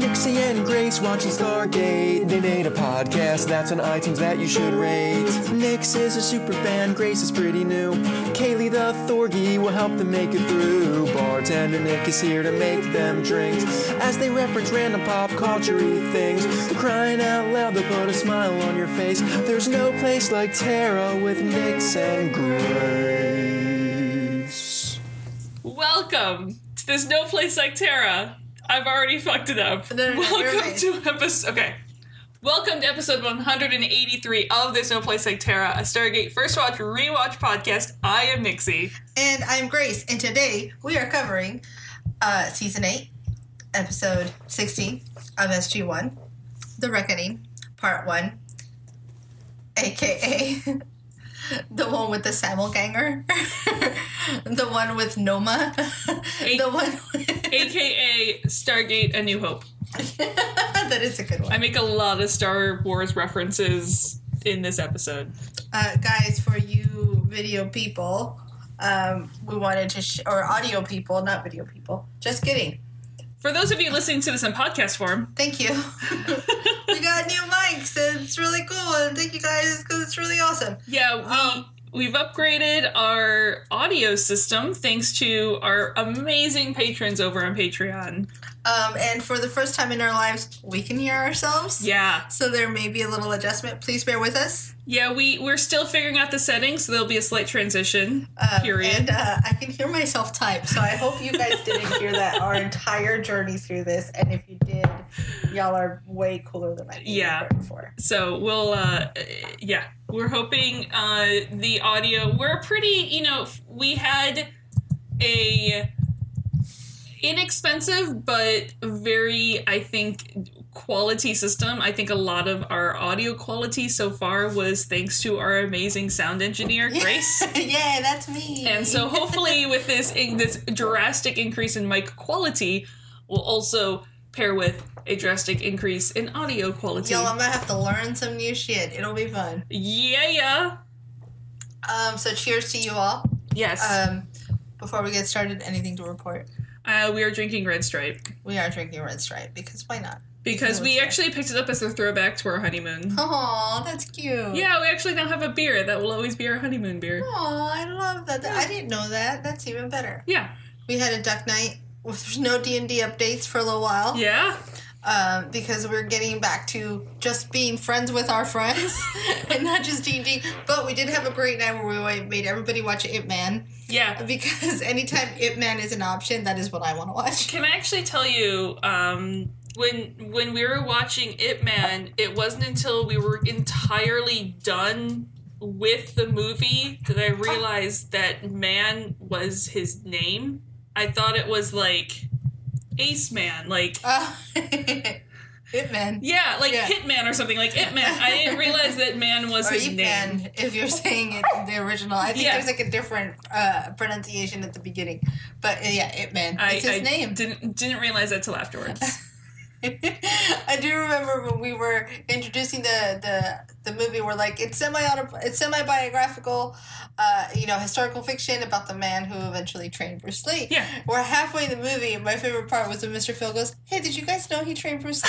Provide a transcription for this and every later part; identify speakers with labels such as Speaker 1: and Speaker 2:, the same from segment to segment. Speaker 1: and Grace watching Stargate. They made a podcast that's on iTunes that you should rate. Nix is a super fan, Grace is pretty new. Kaylee the Thorgy will help them make it through. Bartender Nick is here to make them drinks as they reference random pop culture things. Crying out loud, they'll put a smile on your face. There's no place like Tara with Nix and Grace.
Speaker 2: Welcome to this No Place Like Terra. I've already fucked it up.
Speaker 3: No, no, no, you're
Speaker 2: Welcome
Speaker 3: right.
Speaker 2: to episode. Okay. Welcome to episode 183 of This No Place Like Terra, a Stargate First Watch Rewatch podcast. I am Nixie.
Speaker 3: And I'm Grace, and today we are covering uh, season 8, episode 16 of SG1 The Reckoning, part 1, aka the one with the Samalganger, the one with Noma, the one with.
Speaker 2: AKA Stargate A New Hope.
Speaker 3: that is a good
Speaker 2: I
Speaker 3: one.
Speaker 2: make a lot of Star Wars references in this episode.
Speaker 3: Uh, guys, for you video people, um, we wanted to, sh- or audio people, not video people. Just kidding.
Speaker 2: For those of you listening to this in podcast form,
Speaker 3: Thank you. we got new mics and it's really cool. And thank you guys because it's really awesome.
Speaker 2: yeah, we.
Speaker 3: Um,
Speaker 2: We've upgraded our audio system thanks to our amazing patrons over on Patreon.
Speaker 3: Um, and for the first time in our lives, we can hear ourselves.
Speaker 2: Yeah.
Speaker 3: So there may be a little adjustment. Please bear with us.
Speaker 2: Yeah, we we're still figuring out the settings, so there'll be a slight transition
Speaker 3: Um,
Speaker 2: period.
Speaker 3: And uh, I can hear myself type. So I hope you guys didn't hear that our entire journey through this. And if you did, y'all are way cooler than I can
Speaker 2: Yeah.
Speaker 3: for.
Speaker 2: so we'll uh uh, yeah, we're hoping uh the audio we're pretty, you know, f- we had a inexpensive but very I think quality system. I think a lot of our audio quality so far was thanks to our amazing sound engineer Grace.
Speaker 3: yeah, that's me.
Speaker 2: And so hopefully with this in this drastic increase in mic quality will also pair with a drastic increase in audio quality.
Speaker 3: Y'all, I'm gonna have to learn some new shit. It'll be fun.
Speaker 2: Yeah, yeah.
Speaker 3: Um, so cheers to you all.
Speaker 2: Yes. Uh,
Speaker 3: Um, before we get started, anything to report?
Speaker 2: Uh, we are drinking Red Stripe
Speaker 3: We are drinking Red Stripe because why not?
Speaker 2: because we
Speaker 3: Delicious.
Speaker 2: actually picked it up as a throwback to our honeymoon.
Speaker 3: Oh, that's cute.
Speaker 2: Yeah, we actually now have a beer that will always be our honeymoon beer.
Speaker 3: Oh, I love that. I didn't know that. That's even better.
Speaker 2: Yeah.
Speaker 3: We had a duck night. Well, There's no D and D updates for a little while
Speaker 2: Yeah.
Speaker 3: um, because we're getting back to just being friends with our friends and not just D and D. But we did have a great night where we made everybody watch Ip Man
Speaker 2: Yeah.
Speaker 3: because anytime Ip Man is an option, that is what I want to watch.
Speaker 2: Can I actually tell you um when when we were watching It Man, it wasn't until we were entirely done with the movie that I realized that man was his name. I thought it was like Ace Man, like
Speaker 3: Uh, Ip Man.
Speaker 2: yeah, like
Speaker 3: Yeah.
Speaker 2: Hitman or something, like It Man. I didn't realize that man was
Speaker 3: or
Speaker 2: his
Speaker 3: Ip
Speaker 2: name.
Speaker 3: Man, if you're saying it in the original. I think
Speaker 2: Yeah.
Speaker 3: there's like a different uh, pronunciation at the beginning. But uh, yeah, Ip Man.
Speaker 2: I,
Speaker 3: it's his
Speaker 2: I
Speaker 3: name.
Speaker 2: didn't didn't realize that till afterwards.
Speaker 3: I do remember when we were introducing the the, the movie. We're like, it's semi it's semi biographical, uh, you know, historical fiction about the man who eventually trained Bruce Lee.
Speaker 2: Yeah.
Speaker 3: We're halfway in the movie, and my favorite part was when Mr. Phil goes, "Hey, did you guys know he trained Bruce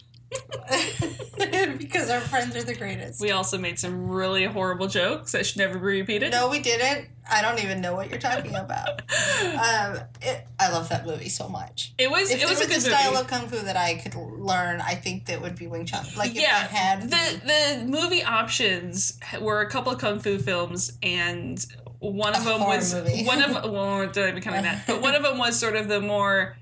Speaker 3: Lee?" because our friends are the greatest.
Speaker 2: we also made some really horrible jokes that should never be repeated.
Speaker 3: No, we didn't. I don't even know what you're talking about. um, it, I love that movie so much.
Speaker 2: It was
Speaker 3: If
Speaker 2: it
Speaker 3: there
Speaker 2: was
Speaker 3: was
Speaker 2: a
Speaker 3: a,
Speaker 2: good
Speaker 3: style
Speaker 2: movie.
Speaker 3: of kung fu that I could learn, I think that would be Wing Chun. Like if
Speaker 2: yeah,
Speaker 3: I had
Speaker 2: the the movie options were a couple of kung fu films, and one of them
Speaker 3: horror
Speaker 2: was
Speaker 3: movie.
Speaker 2: one of well, did I become that? But one of them was sort of the more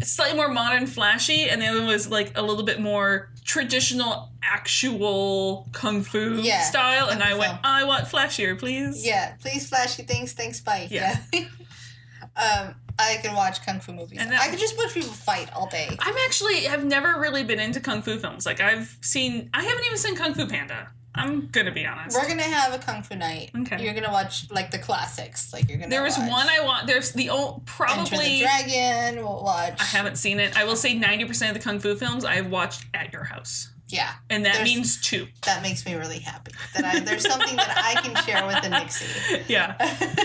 Speaker 2: slightly more modern, flashy, and the other was like a little bit more traditional, actual kung fu
Speaker 3: Yeah,
Speaker 2: style. And
Speaker 3: kung
Speaker 2: I
Speaker 3: fu
Speaker 2: went,
Speaker 3: film.
Speaker 2: I want flashier, please.
Speaker 3: yeah, please flashy things, thanks bye.
Speaker 2: Yeah.
Speaker 3: um, I can watch kung fu movies.
Speaker 2: And that-
Speaker 3: I could just watch people fight all day.
Speaker 2: I'm actually have never really been into kung fu films. Like I've seen, I haven't even seen Kung Fu Panda. I'm gonna be honest.
Speaker 3: We're gonna have a kung fu night.
Speaker 2: Okay.
Speaker 3: You're gonna watch like the classics. Like you're gonna.
Speaker 2: There was
Speaker 3: watch
Speaker 2: one I want. There's the old
Speaker 3: Enter the
Speaker 2: probably.
Speaker 3: Dragon. We'll watch.
Speaker 2: I haven't seen it. I will say 90% of the kung fu films I've watched at your house.
Speaker 3: Yeah,
Speaker 2: And that
Speaker 3: There's-
Speaker 2: means two.
Speaker 3: that makes me really happy. That I there's something that I can share with the Nixie.
Speaker 2: Yeah.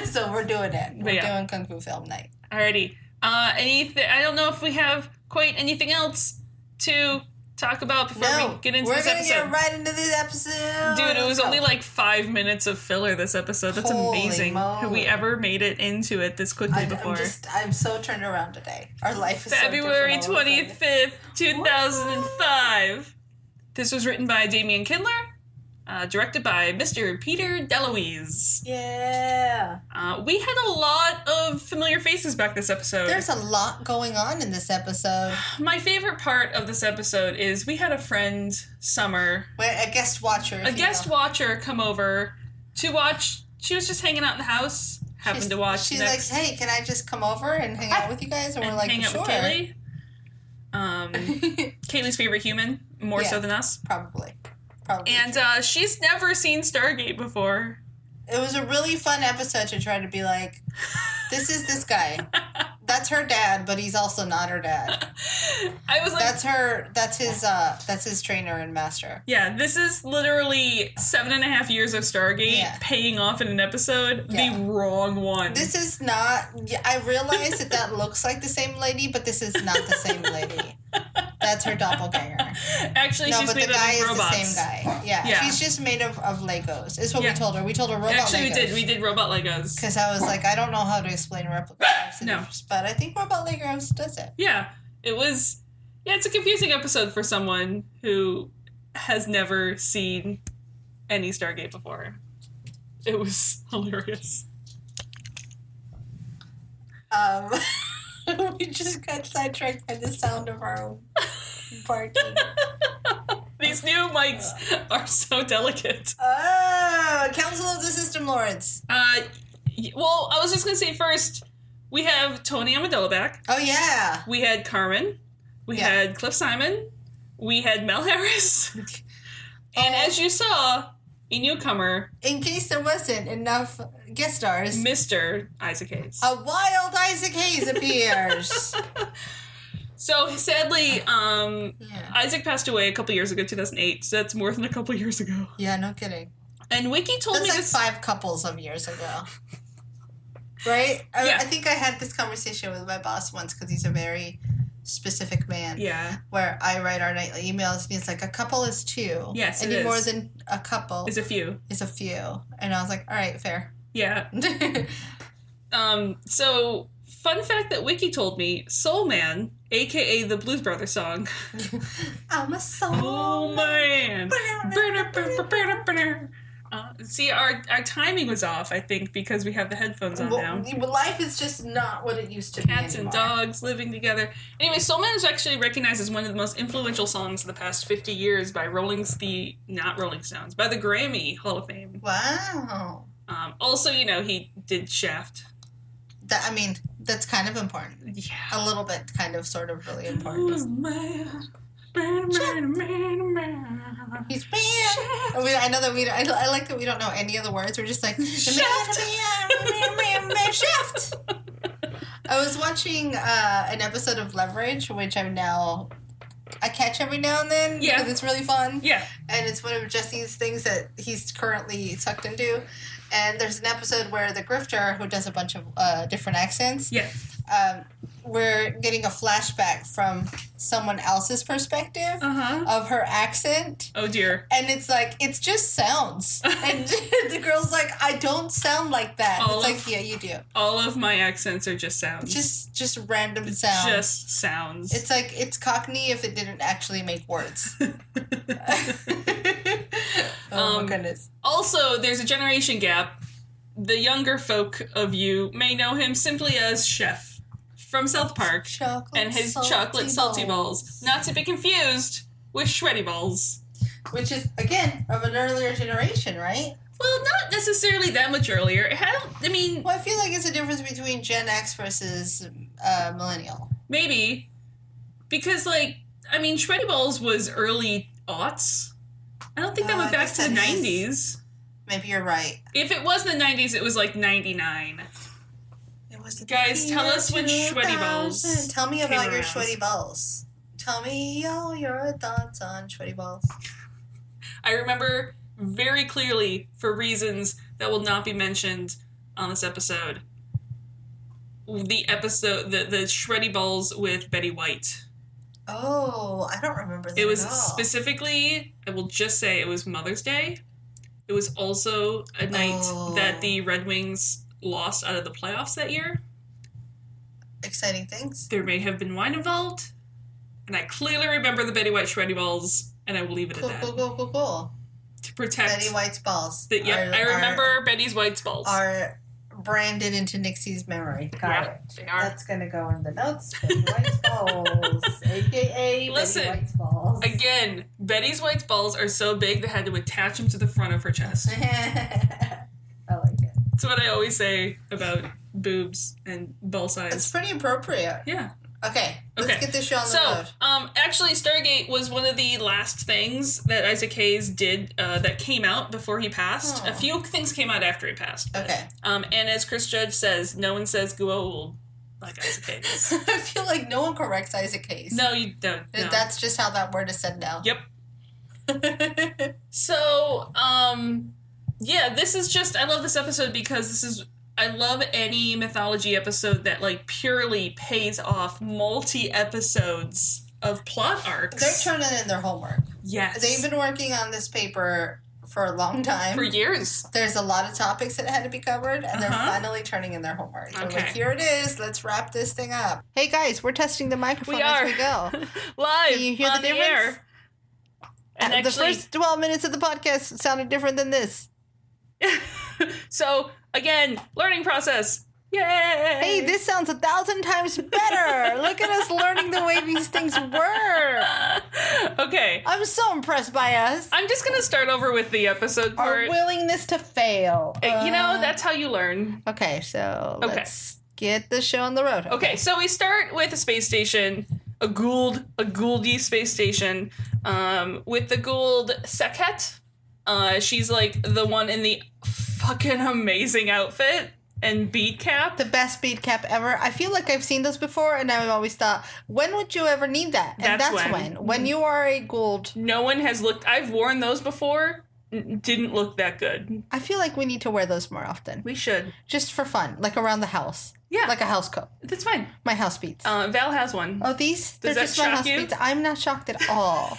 Speaker 3: so we're doing it. We're
Speaker 2: yeah.
Speaker 3: doing kung fu film night.
Speaker 2: Alrighty. Uh anything I don't know if we have quite anything else to talk about before we
Speaker 3: No,
Speaker 2: get into
Speaker 3: we're
Speaker 2: this
Speaker 3: gonna
Speaker 2: episode.
Speaker 3: get right into this episode,
Speaker 2: Dude, it was
Speaker 3: Let's
Speaker 2: only
Speaker 3: go.
Speaker 2: like five minutes of filler this episode. That's
Speaker 3: Holy
Speaker 2: amazing. Have we
Speaker 3: moly.
Speaker 2: ever made it into it this quickly
Speaker 3: I,
Speaker 2: before?
Speaker 3: am just I'm so turned around today. Our life is so
Speaker 2: February
Speaker 3: different all of a
Speaker 2: twenty
Speaker 3: sudden.
Speaker 2: fifth, two thousand and five. This was written by Damian Kindler, uh, directed by Mr. Peter DeLuise.
Speaker 3: Yeah,
Speaker 2: Uh, we had a lot of familiar faces back this episode.
Speaker 3: there's a lot going on in this episode.
Speaker 2: My favorite part of this episode is we had a friend, Summer,
Speaker 3: Wait, a guest watcher.
Speaker 2: a guest watcher come over to watch. She was just hanging out in the house, happened to watch.
Speaker 3: She's
Speaker 2: next
Speaker 3: like, "Hey, can I just come over and hang out with you guys?" And, we're like,
Speaker 2: hang out
Speaker 3: "Sure."
Speaker 2: with Kaylee. Um, Kaylee's favorite human, more so
Speaker 3: Yeah.
Speaker 2: than us.
Speaker 3: Probably. Probably.
Speaker 2: And uh, she's never seen Stargate before.
Speaker 3: it was a really fun episode to try to be like, this is this guy. That's her dad, but he's also not her dad.
Speaker 2: I was like,
Speaker 3: That's her that's his uh that's his trainer and master.
Speaker 2: yeah, this is literally seven and a half years of Stargate
Speaker 3: Yeah.
Speaker 2: paying off in an episode.
Speaker 3: Yeah.
Speaker 2: The wrong one.
Speaker 3: This is not yeah, I realize that that looks like the same lady, but this is not the same lady. That's her doppelganger.
Speaker 2: Actually,
Speaker 3: No,
Speaker 2: she's
Speaker 3: but
Speaker 2: made
Speaker 3: the guy
Speaker 2: out
Speaker 3: is
Speaker 2: of robots.
Speaker 3: the same guy. Yeah,
Speaker 2: Yeah.
Speaker 3: She's just made of, of Legos. Is what
Speaker 2: Yeah.
Speaker 3: we told her. We told her robot
Speaker 2: Actually,
Speaker 3: Legos.
Speaker 2: we did. We did robot Legos.
Speaker 3: because I was like, I don't know how to explain replica
Speaker 2: No.
Speaker 3: no. but I think Robot Legos does it.
Speaker 2: Yeah, it was. Yeah, it's a confusing episode for someone who has never seen any Stargate before. It was hilarious.
Speaker 3: Um, we just got sidetracked by the sound of our own barking.
Speaker 2: These new mics
Speaker 3: Uh.
Speaker 2: are so delicate.
Speaker 3: oh, Council of the System Lords.
Speaker 2: Uh, y- well, I was just gonna say first, we have Tony Amadillo back.
Speaker 3: Oh yeah,
Speaker 2: We had Carmen. We
Speaker 3: Yeah.
Speaker 2: had Cliff Simon. We had Mel Harris. and as you saw, a newcomer,
Speaker 3: in case there wasn't enough guest stars,
Speaker 2: Mister Isaac Hayes.
Speaker 3: a wild Isaac Hayes appears.
Speaker 2: So sadly, um,
Speaker 3: yeah.
Speaker 2: Isaac passed away a couple years ago, 2008. So that's more than a couple years ago.
Speaker 3: yeah, no kidding.
Speaker 2: And Wiki told
Speaker 3: That's
Speaker 2: me
Speaker 3: like
Speaker 2: this.
Speaker 3: five couples of years ago. Right? I,
Speaker 2: Yeah.
Speaker 3: I think I had this conversation with my boss once because he's a very specific man.
Speaker 2: Yeah.
Speaker 3: Where I write our nightly emails and he's like, a couple is two.
Speaker 2: Yes, it
Speaker 3: Any more
Speaker 2: is.
Speaker 3: than a couple
Speaker 2: There's a few.
Speaker 3: is a few. And I was like, all right, fair.
Speaker 2: Yeah. Um, so fun fact that Wiki told me, Soul Man, aka the Blues Brothers song.
Speaker 3: I'm a soul.
Speaker 2: Oh man. Burner, burner, burner, burner. Uh, see, our our timing was off, I think, because we have the headphones on now.
Speaker 3: Well, life is just not what it used to be.
Speaker 2: Cats and
Speaker 3: anymore.
Speaker 2: dogs living together. Anyway, Soul Man is actually recognized as one of the most influential songs of the past 50 years by Rolling the not Rolling Stones, by the Grammy Hall of Fame.
Speaker 3: Wow.
Speaker 2: Um, also, you know, he did Shaft.
Speaker 3: That, I mean, that's kind of important.
Speaker 2: Yeah.
Speaker 3: A little bit, kind of, sort of, really important.
Speaker 2: Who's man? Man, man, man, man.
Speaker 3: He's man. We, I know that we. I, I like that we don't know any of the words. We're just like
Speaker 2: Shaft.
Speaker 3: Shaft. I was watching uh, an episode of Leverage, which I'm now. I catch every now and then
Speaker 2: Yeah.
Speaker 3: because it's really fun,
Speaker 2: Yeah.
Speaker 3: and it's one of Jesse's things that he's currently sucked into. And there's an episode where the grifter, who does a bunch of uh, different accents,
Speaker 2: Yeah.
Speaker 3: um, we're getting a flashback from someone else's perspective
Speaker 2: Uh-huh.
Speaker 3: of her accent,
Speaker 2: Oh dear.
Speaker 3: and it's like it's just sounds and the girl's like i don't sound like that
Speaker 2: All
Speaker 3: it's
Speaker 2: of-
Speaker 3: like yeah you do
Speaker 2: All of my accents are just sounds.
Speaker 3: just just random sounds
Speaker 2: Just sounds.
Speaker 3: it's like it's cockney if it didn't actually make words oh
Speaker 2: Um,
Speaker 3: my goodness
Speaker 2: also, there's a generation gap. The younger folk of you may know him simply as Chef from South Park
Speaker 3: chocolate
Speaker 2: and his chocolate salty balls. not to be confused with Shreddy balls.
Speaker 3: which is again of an earlier generation right
Speaker 2: Well, not necessarily that much earlier. It had, I mean,
Speaker 3: well i feel like it's a difference between gen x versus uh, millennial
Speaker 2: Maybe. Because, like, I mean, Shreddy Balls was early aughts. I don't think that
Speaker 3: Oh,
Speaker 2: went
Speaker 3: I
Speaker 2: back
Speaker 3: guess
Speaker 2: to the
Speaker 3: that
Speaker 2: 90s.
Speaker 3: is- maybe you're right
Speaker 2: If it was the 90s, it was like 99.
Speaker 3: It was the
Speaker 2: Guys,
Speaker 3: year
Speaker 2: tell us when sweaty balls
Speaker 3: 2000. Tell me
Speaker 2: came
Speaker 3: about your
Speaker 2: around.
Speaker 3: sweaty balls. Tell me all your thoughts on sweaty balls.
Speaker 2: I remember very clearly, for reasons that will not be mentioned on this episode, the episode, the, the Shreddy Balls with Betty White.
Speaker 3: Oh, I don't remember that.
Speaker 2: It was
Speaker 3: at all.
Speaker 2: specifically, I will just say, it was Mother's Day. It was also a night
Speaker 3: Oh.
Speaker 2: that the Red Wings lost out of the playoffs that year.
Speaker 3: exciting things.
Speaker 2: There may have been wine involved, and I clearly remember the Betty White shreddy balls, and I will leave it
Speaker 3: Cool,
Speaker 2: at
Speaker 3: cool,
Speaker 2: that
Speaker 3: cool, cool, cool.
Speaker 2: to protect.
Speaker 3: Betty White's balls.
Speaker 2: the, yeah,
Speaker 3: Are-
Speaker 2: I
Speaker 3: are-
Speaker 2: remember Betty's White's balls.
Speaker 3: Are, branded into Nixie's memory. Got
Speaker 2: Yeah,
Speaker 3: it.
Speaker 2: they are.
Speaker 3: That's gonna go in the notes. Betty White's balls, aka
Speaker 2: Listen,
Speaker 3: Betty White's balls.
Speaker 2: Again, Betty's White's balls are so big they had to attach them to the front of her chest.
Speaker 3: I like it.
Speaker 2: That's what I always say about boobs and ball
Speaker 3: It's
Speaker 2: size.
Speaker 3: pretty appropriate.
Speaker 2: Yeah.
Speaker 3: Okay, let's
Speaker 2: Okay.
Speaker 3: get this show on the
Speaker 2: So,
Speaker 3: road.
Speaker 2: um, actually, Stargate was one of the last things that Isaac Hayes did uh, that came out before he passed.
Speaker 3: Oh.
Speaker 2: A few things came out after he passed. but,
Speaker 3: Okay.
Speaker 2: Um, and as Chris Judge says, no one says Guo will like Isaac Hayes.
Speaker 3: I feel like no one corrects Isaac Hayes.
Speaker 2: no, you don't. No.
Speaker 3: That's just how that word is said now.
Speaker 2: Yep. So, um, yeah, this is just, I love this episode because this is, I love any mythology episode that like purely pays off multi episodes of plot arcs.
Speaker 3: They're turning in their homework.
Speaker 2: yes.
Speaker 3: They've been working on this paper for a long time.
Speaker 2: for years.
Speaker 3: There's a lot of topics that had to be covered, and they're
Speaker 2: Uh-huh.
Speaker 3: finally turning in their homework. They're
Speaker 2: Okay.
Speaker 3: like, here it is. Let's wrap this thing up. Hey guys, we're testing the microphone
Speaker 2: We
Speaker 3: as
Speaker 2: are.
Speaker 3: we go.
Speaker 2: Live.
Speaker 3: Can you hear the
Speaker 2: on
Speaker 3: difference?
Speaker 2: air. And
Speaker 3: the
Speaker 2: actually,
Speaker 3: first 12 minutes of the podcast sounded different than this.
Speaker 2: so again, learning process. Yay!
Speaker 3: Hey, this sounds a thousand times better. Look at us learning the way these things work.
Speaker 2: okay.
Speaker 3: I'm so impressed by us.
Speaker 2: I'm just gonna start over with the episode
Speaker 3: Our
Speaker 2: part.
Speaker 3: willingness to fail.
Speaker 2: Uh, you know,
Speaker 3: Uh,
Speaker 2: that's how you learn.
Speaker 3: Okay, so
Speaker 2: Okay.
Speaker 3: let's get the show on the road.
Speaker 2: Okay, so we start with a space station, a Gould, a Gouldy space station, um, with the Gould Sekhet. Uh, she's like the one in the fucking amazing outfit and bead cap.
Speaker 3: The best bead cap ever. I feel like I've seen this before, and I've always thought, when would you ever need that? And
Speaker 2: That's
Speaker 3: that's, when.
Speaker 2: when. Mm.
Speaker 3: when. you are a gold.
Speaker 2: No one has looked. I've worn those before. N- Didn't look that good.
Speaker 3: I feel like we need to wear those more often,
Speaker 2: We should.
Speaker 3: just for fun, like around the house.
Speaker 2: Yeah.
Speaker 3: Like a house coat.
Speaker 2: That's fine.
Speaker 3: My house beads.
Speaker 2: Uh, Val has one.
Speaker 3: oh, these? They're
Speaker 2: that
Speaker 3: just my
Speaker 2: shock
Speaker 3: house
Speaker 2: you?
Speaker 3: beads. I'm not shocked at all.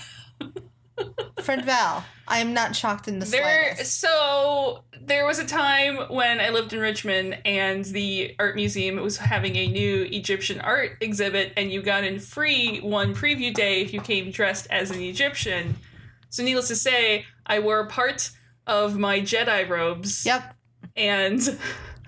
Speaker 3: Friend Val, I am not shocked in the
Speaker 2: There,
Speaker 3: slightest.
Speaker 2: so there was a time when I lived in Richmond, and the art museum was having a new Egyptian art exhibit, and you got in free one preview day if you came dressed as an Egyptian. So, needless to say, I wore part of my Jedi robes,
Speaker 3: Yep,
Speaker 2: and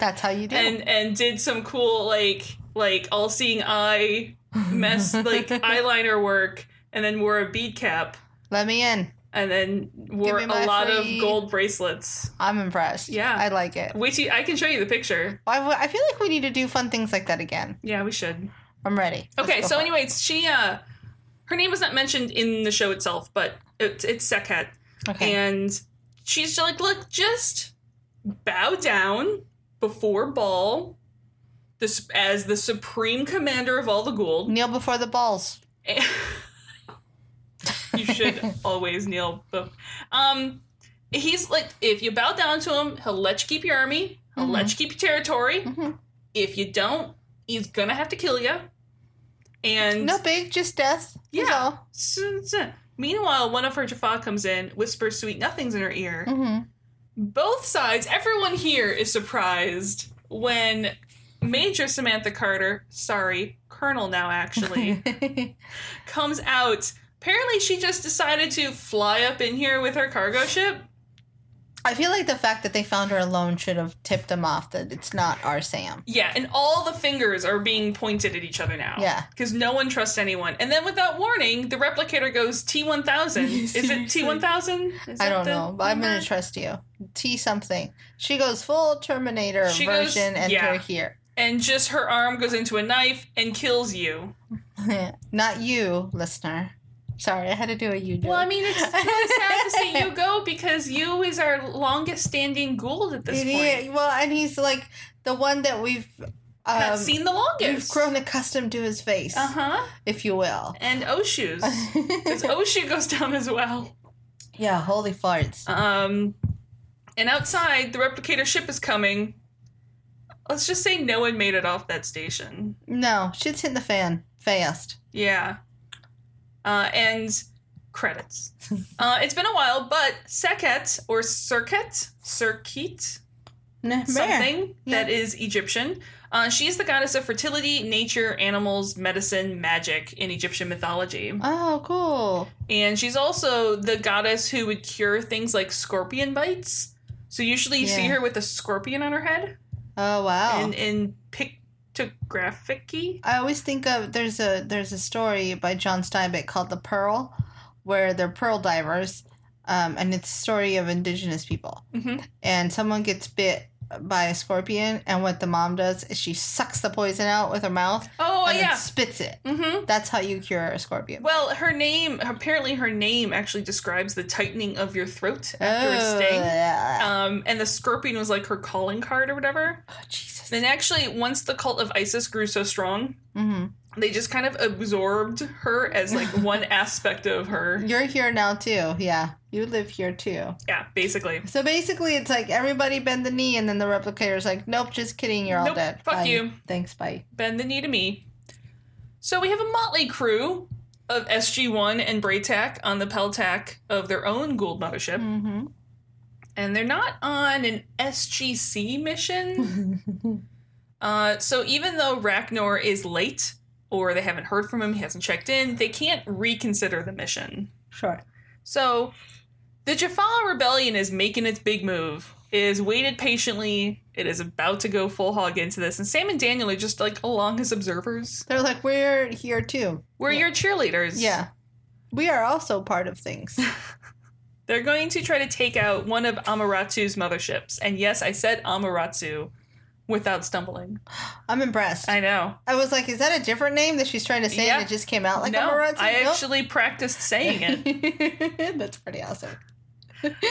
Speaker 3: that's how you do it.
Speaker 2: and and did some cool like like all-seeing eye mess like eyeliner work, and then wore a bead cap,
Speaker 3: Let me in.
Speaker 2: and then wore
Speaker 3: me
Speaker 2: a
Speaker 3: my
Speaker 2: lot
Speaker 3: free-
Speaker 2: of gold bracelets.
Speaker 3: I'm impressed.
Speaker 2: Yeah.
Speaker 3: I like it.
Speaker 2: Wait till I can show you the picture.
Speaker 3: I, w- I feel like we need to do fun things like that again.
Speaker 2: Yeah, we should.
Speaker 3: I'm ready. Let's
Speaker 2: Okay,
Speaker 3: go
Speaker 2: so
Speaker 3: for it.
Speaker 2: anyways, she uh her name was not mentioned in the show itself, but it, it's Sekhet.
Speaker 3: Okay.
Speaker 2: And she's like, look, just bow down before Ball this as the supreme commander of all the Gould.
Speaker 3: Kneel before the balls.
Speaker 2: you should always kneel. But, um he's like if you bow down to him, he'll let you keep your army, he'll let you keep your territory.
Speaker 3: Mhm.
Speaker 2: If you don't, he's gonna have to kill you. And
Speaker 3: No big, just death. is
Speaker 2: Yeah.
Speaker 3: all.
Speaker 2: meanwhile, one of her Jaffa comes in, whispers sweet nothings in her ear.
Speaker 3: Mhm.
Speaker 2: Both sides, everyone here is surprised when Major Samantha Carter, sorry, Colonel now actually, comes out. Apparently, she just decided to fly up in here with her cargo ship.
Speaker 3: I feel like the fact that they found her alone should have tipped them off that it's not our Sam.
Speaker 2: Yeah, and all the fingers are being pointed at each other now.
Speaker 3: Yeah.
Speaker 2: Because no one trusts anyone. And then without warning, the replicator goes T1000. Is it
Speaker 3: Seriously.
Speaker 2: T1000? Is that
Speaker 3: I don't
Speaker 2: the-
Speaker 3: know, but I'm gonna trust you. T something. She goes full Terminator
Speaker 2: She goes-
Speaker 3: version and
Speaker 2: yeah.
Speaker 3: enter here.
Speaker 2: And just her arm goes into a knife and kills you.
Speaker 3: not you, listener. Sorry, I had to do a you.
Speaker 2: Well, I
Speaker 3: joke.
Speaker 2: mean, it's really sad to see you go because you is our longest standing Gould at this
Speaker 3: And
Speaker 2: point.
Speaker 3: he- well, and he's like the one that we've um,
Speaker 2: Not seen the
Speaker 3: we've
Speaker 2: longest.
Speaker 3: grown accustomed to his face,
Speaker 2: Uh huh.
Speaker 3: if you will.
Speaker 2: And Oshu's. Because Oshu goes down as well.
Speaker 3: yeah, holy farts.
Speaker 2: Um, and outside, the replicator ship is coming. Let's just say no one made it off that station.
Speaker 3: No, shit's hit the fan fast.
Speaker 2: Yeah. uh, and credits. uh, it's been a while, but Seket or Circuit, Circuit,
Speaker 3: Nah, meh.
Speaker 2: something that is Egyptian. Uh, she is the goddess of fertility, nature, animals, medicine, magic in Egyptian mythology.
Speaker 3: Oh, cool.
Speaker 2: And she's also the goddess who would cure things like scorpion bites. So usually you see
Speaker 3: Yeah.
Speaker 2: her with a scorpion on her head
Speaker 3: Oh, wow.
Speaker 2: and in pictographic
Speaker 3: I always think of there's a there's a story by John Steinbeck called The Pearl, where they're pearl divers, um, and it's a story of indigenous people.
Speaker 2: Mhm.
Speaker 3: And someone gets bit by a scorpion, and what the mom does is she sucks the poison out with her mouth
Speaker 2: Oh
Speaker 3: and then
Speaker 2: yeah.
Speaker 3: spits it.
Speaker 2: Mm-hmm.
Speaker 3: That's how you cure a scorpion.
Speaker 2: Well, her name apparently her name actually describes the tightening of your throat after a
Speaker 3: Oh,
Speaker 2: sting.
Speaker 3: yeah.
Speaker 2: Um, and the scorpion was like her calling card or whatever.
Speaker 3: Oh, Jesus.
Speaker 2: Then actually, once the cult of Isis grew so strong,
Speaker 3: hmm
Speaker 2: they just kind of absorbed her as like one aspect of her.
Speaker 3: You're here now too. Yeah, you live here too.
Speaker 2: Yeah, basically.
Speaker 3: So basically, it's like everybody bend the knee, and then the replicator's like, "Nope, just kidding. You're all
Speaker 2: Nope,
Speaker 3: dead.
Speaker 2: fuck
Speaker 3: Bye.
Speaker 2: you."
Speaker 3: Thanks. Bye."
Speaker 2: bend the knee to me. So we have a motley crew of SG1 and Braytac on the Peltac of their own Gould mothership,
Speaker 3: Mm-hmm.
Speaker 2: and they're not on an SGC mission. uh, so even though Ragnar is late, or they haven't heard from him, he hasn't checked in, they can't reconsider the mission.
Speaker 3: Sure.
Speaker 2: So the Jaffa Rebellion is making its big move. It has waited patiently. It is about to go full hog into this. And Sam and Daniel are just like along as observers.
Speaker 3: They're like, we're here too.
Speaker 2: We're your cheerleaders.
Speaker 3: Yeah. We are also part of things.
Speaker 2: They're going to try to take out one of Amaratu's motherships. And yes, I said Amaratu without stumbling.
Speaker 3: I'm impressed. I,
Speaker 2: I know.
Speaker 3: was like, is that a different name that she's trying to say
Speaker 2: Yeah.
Speaker 3: and it just came out like
Speaker 2: no,
Speaker 3: Amarante?
Speaker 2: I
Speaker 3: Nope.
Speaker 2: actually practiced saying it.
Speaker 3: That's pretty awesome.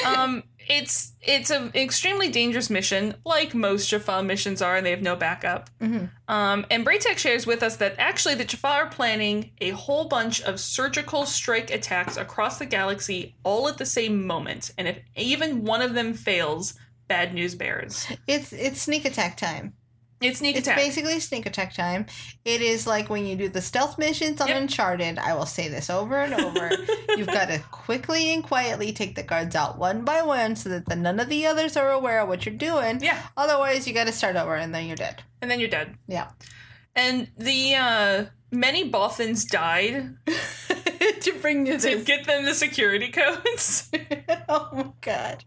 Speaker 2: um, it's it's an extremely dangerous mission, like most Jaffa missions are, and they have no backup.
Speaker 3: Mhm.
Speaker 2: Um, and Braytek shares with us that actually the Jaffa are planning a whole bunch of surgical strike attacks across the galaxy all at the same moment, and if even one of them fails, bad news bears.
Speaker 3: It's it's sneak attack time.
Speaker 2: It's sneak
Speaker 3: It's
Speaker 2: attack.
Speaker 3: basically sneak attack time. It is like when you do the stealth missions on
Speaker 2: Yep.
Speaker 3: Uncharted. I will say this over and over. You've got to quickly and quietly take the guards out one by one so that the, none of the others are aware of what you're doing.
Speaker 2: yeah,
Speaker 3: Otherwise, you got to start over and then you're dead.
Speaker 2: and then you're dead.
Speaker 3: Yeah.
Speaker 2: And the uh, many Bothans died
Speaker 3: to bring you
Speaker 2: to
Speaker 3: this.
Speaker 2: get them the security codes,
Speaker 3: oh my god.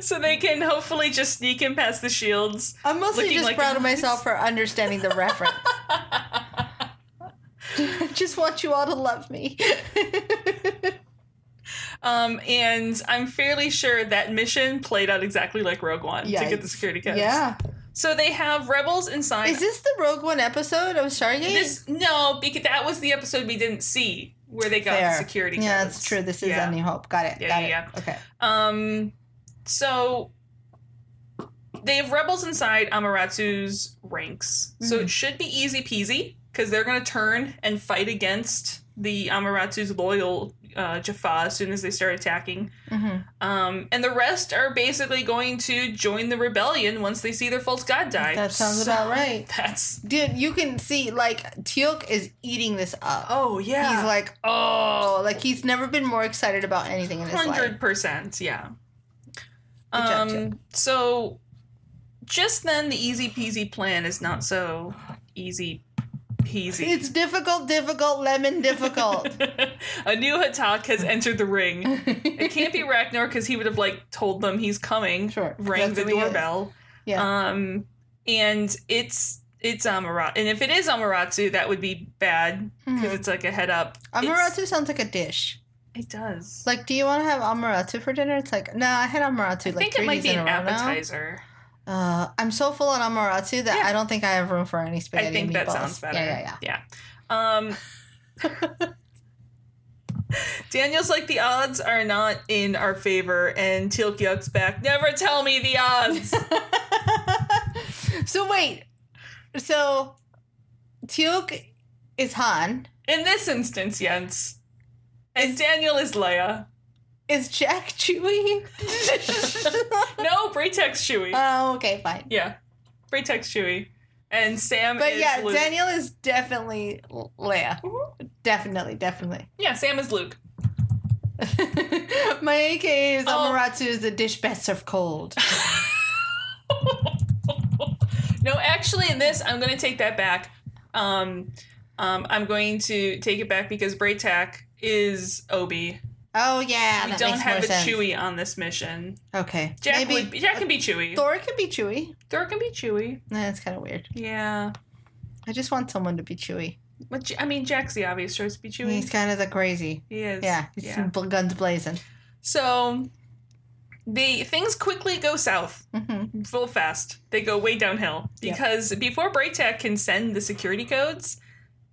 Speaker 2: so they can hopefully just sneak in past the shields.
Speaker 3: I'm mostly
Speaker 2: Looking
Speaker 3: just
Speaker 2: like
Speaker 3: proud of
Speaker 2: eyes.
Speaker 3: myself for understanding the reference. just want you all to love me.
Speaker 2: Um, and I'm fairly sure that mission played out exactly like Rogue One to
Speaker 3: Yikes.
Speaker 2: get the security codes.
Speaker 3: yeah.
Speaker 2: So they have rebels inside.
Speaker 3: Is this the Rogue One episode of Stargate?
Speaker 2: This- no, because that was the episode we didn't see where they got
Speaker 3: Fair.
Speaker 2: the security codes.
Speaker 3: Yeah, that's true. This is
Speaker 2: Yeah.
Speaker 3: A New Hope. Got it.
Speaker 2: Yeah,
Speaker 3: Got
Speaker 2: yeah,
Speaker 3: it.
Speaker 2: yeah.
Speaker 3: Okay.
Speaker 2: Um, so they have rebels inside Amaterasu's ranks. So
Speaker 3: Mm-hmm.
Speaker 2: it should be easy peasy because they're going to turn and fight against the Amaterasu's loyal uh, Jaffa as soon as they start attacking.
Speaker 3: Mhm.
Speaker 2: Um, and the rest are basically going to join the rebellion once they see their false god die.
Speaker 3: That sounds
Speaker 2: So
Speaker 3: about right.
Speaker 2: That's
Speaker 3: Dude, you can see like Teal'c is eating this up.
Speaker 2: oh yeah.
Speaker 3: He's like,
Speaker 2: oh
Speaker 3: oh, like he's never been more excited about anything in his life.
Speaker 2: Hundred percent, yeah.
Speaker 3: Good job,
Speaker 2: Um, so just then the easy peasy plan is not so easy peasy.
Speaker 3: It's difficult, difficult, lemon difficult.
Speaker 2: A new Hatak has entered the ring. It can't be Ragnar because he would have like told them he's coming.
Speaker 3: Sure.
Speaker 2: Rang
Speaker 3: That's
Speaker 2: the
Speaker 3: who he is.
Speaker 2: doorbell.
Speaker 3: Yeah.
Speaker 2: Um and it's it's Amaratsu. And if it is Amaratsu, that would be bad because
Speaker 3: Mhm.
Speaker 2: it's like a head up. It's-
Speaker 3: Amaretto sounds like a dish.
Speaker 2: It does.
Speaker 3: It's like, do you want to have amaretto for dinner? It's like, nah, I had amaretto
Speaker 2: I
Speaker 3: like
Speaker 2: think
Speaker 3: three
Speaker 2: it might
Speaker 3: days
Speaker 2: be
Speaker 3: in
Speaker 2: an
Speaker 3: a row now.
Speaker 2: appetizer.
Speaker 3: Uh, I'm so full on amaretto that
Speaker 2: Yeah.
Speaker 3: I don't think I have room for any spaghetti.
Speaker 2: I think
Speaker 3: and
Speaker 2: that
Speaker 3: meatballs.
Speaker 2: sounds better.
Speaker 3: Yeah, yeah,
Speaker 2: yeah. Um, Daniel's like the odds are not in our favor, and Teal'c yucks back. Never tell me the odds.
Speaker 3: yeah. So wait, so Teal'c is Han.
Speaker 2: in this instance, Jens, and Daniel is Leia.
Speaker 3: Is Jack Chewy?
Speaker 2: No, Braytex Chewie.
Speaker 3: oh, okay, fine.
Speaker 2: yeah, Braytex Chewie. and Sam
Speaker 3: But
Speaker 2: is
Speaker 3: yeah,
Speaker 2: Luke.
Speaker 3: Daniel is definitely L- Leia. Definitely, definitely.
Speaker 2: yeah, Sam is Luke.
Speaker 3: My AKA is
Speaker 2: Oh.
Speaker 3: Amaratsu is a dish best served cold.
Speaker 2: no, actually, in this, I'm going to take that back. Um, um, I'm going to take it back because Braytac is Obi.
Speaker 3: Oh yeah,
Speaker 2: we
Speaker 3: that
Speaker 2: don't
Speaker 3: makes
Speaker 2: have
Speaker 3: more
Speaker 2: a
Speaker 3: sense.
Speaker 2: Chewy on this mission.
Speaker 3: Okay,
Speaker 2: Jack
Speaker 3: maybe
Speaker 2: would, Jack can be Chewy. Thor,
Speaker 3: Thor could be Chewy.
Speaker 2: can be Chewy.
Speaker 3: Nah, that's kind of weird.
Speaker 2: Yeah,
Speaker 3: I just want someone to be Chewy.
Speaker 2: but J- I mean, Jack's the obvious choice to be Chewy.
Speaker 3: He's kind of the crazy.
Speaker 2: he is.
Speaker 3: Yeah, he's
Speaker 2: yeah.
Speaker 3: bl- guns blazing.
Speaker 2: So the things quickly go south.
Speaker 3: hmm
Speaker 2: full fast. They go way downhill
Speaker 3: Yep.
Speaker 2: because before Braytech can send the security codes,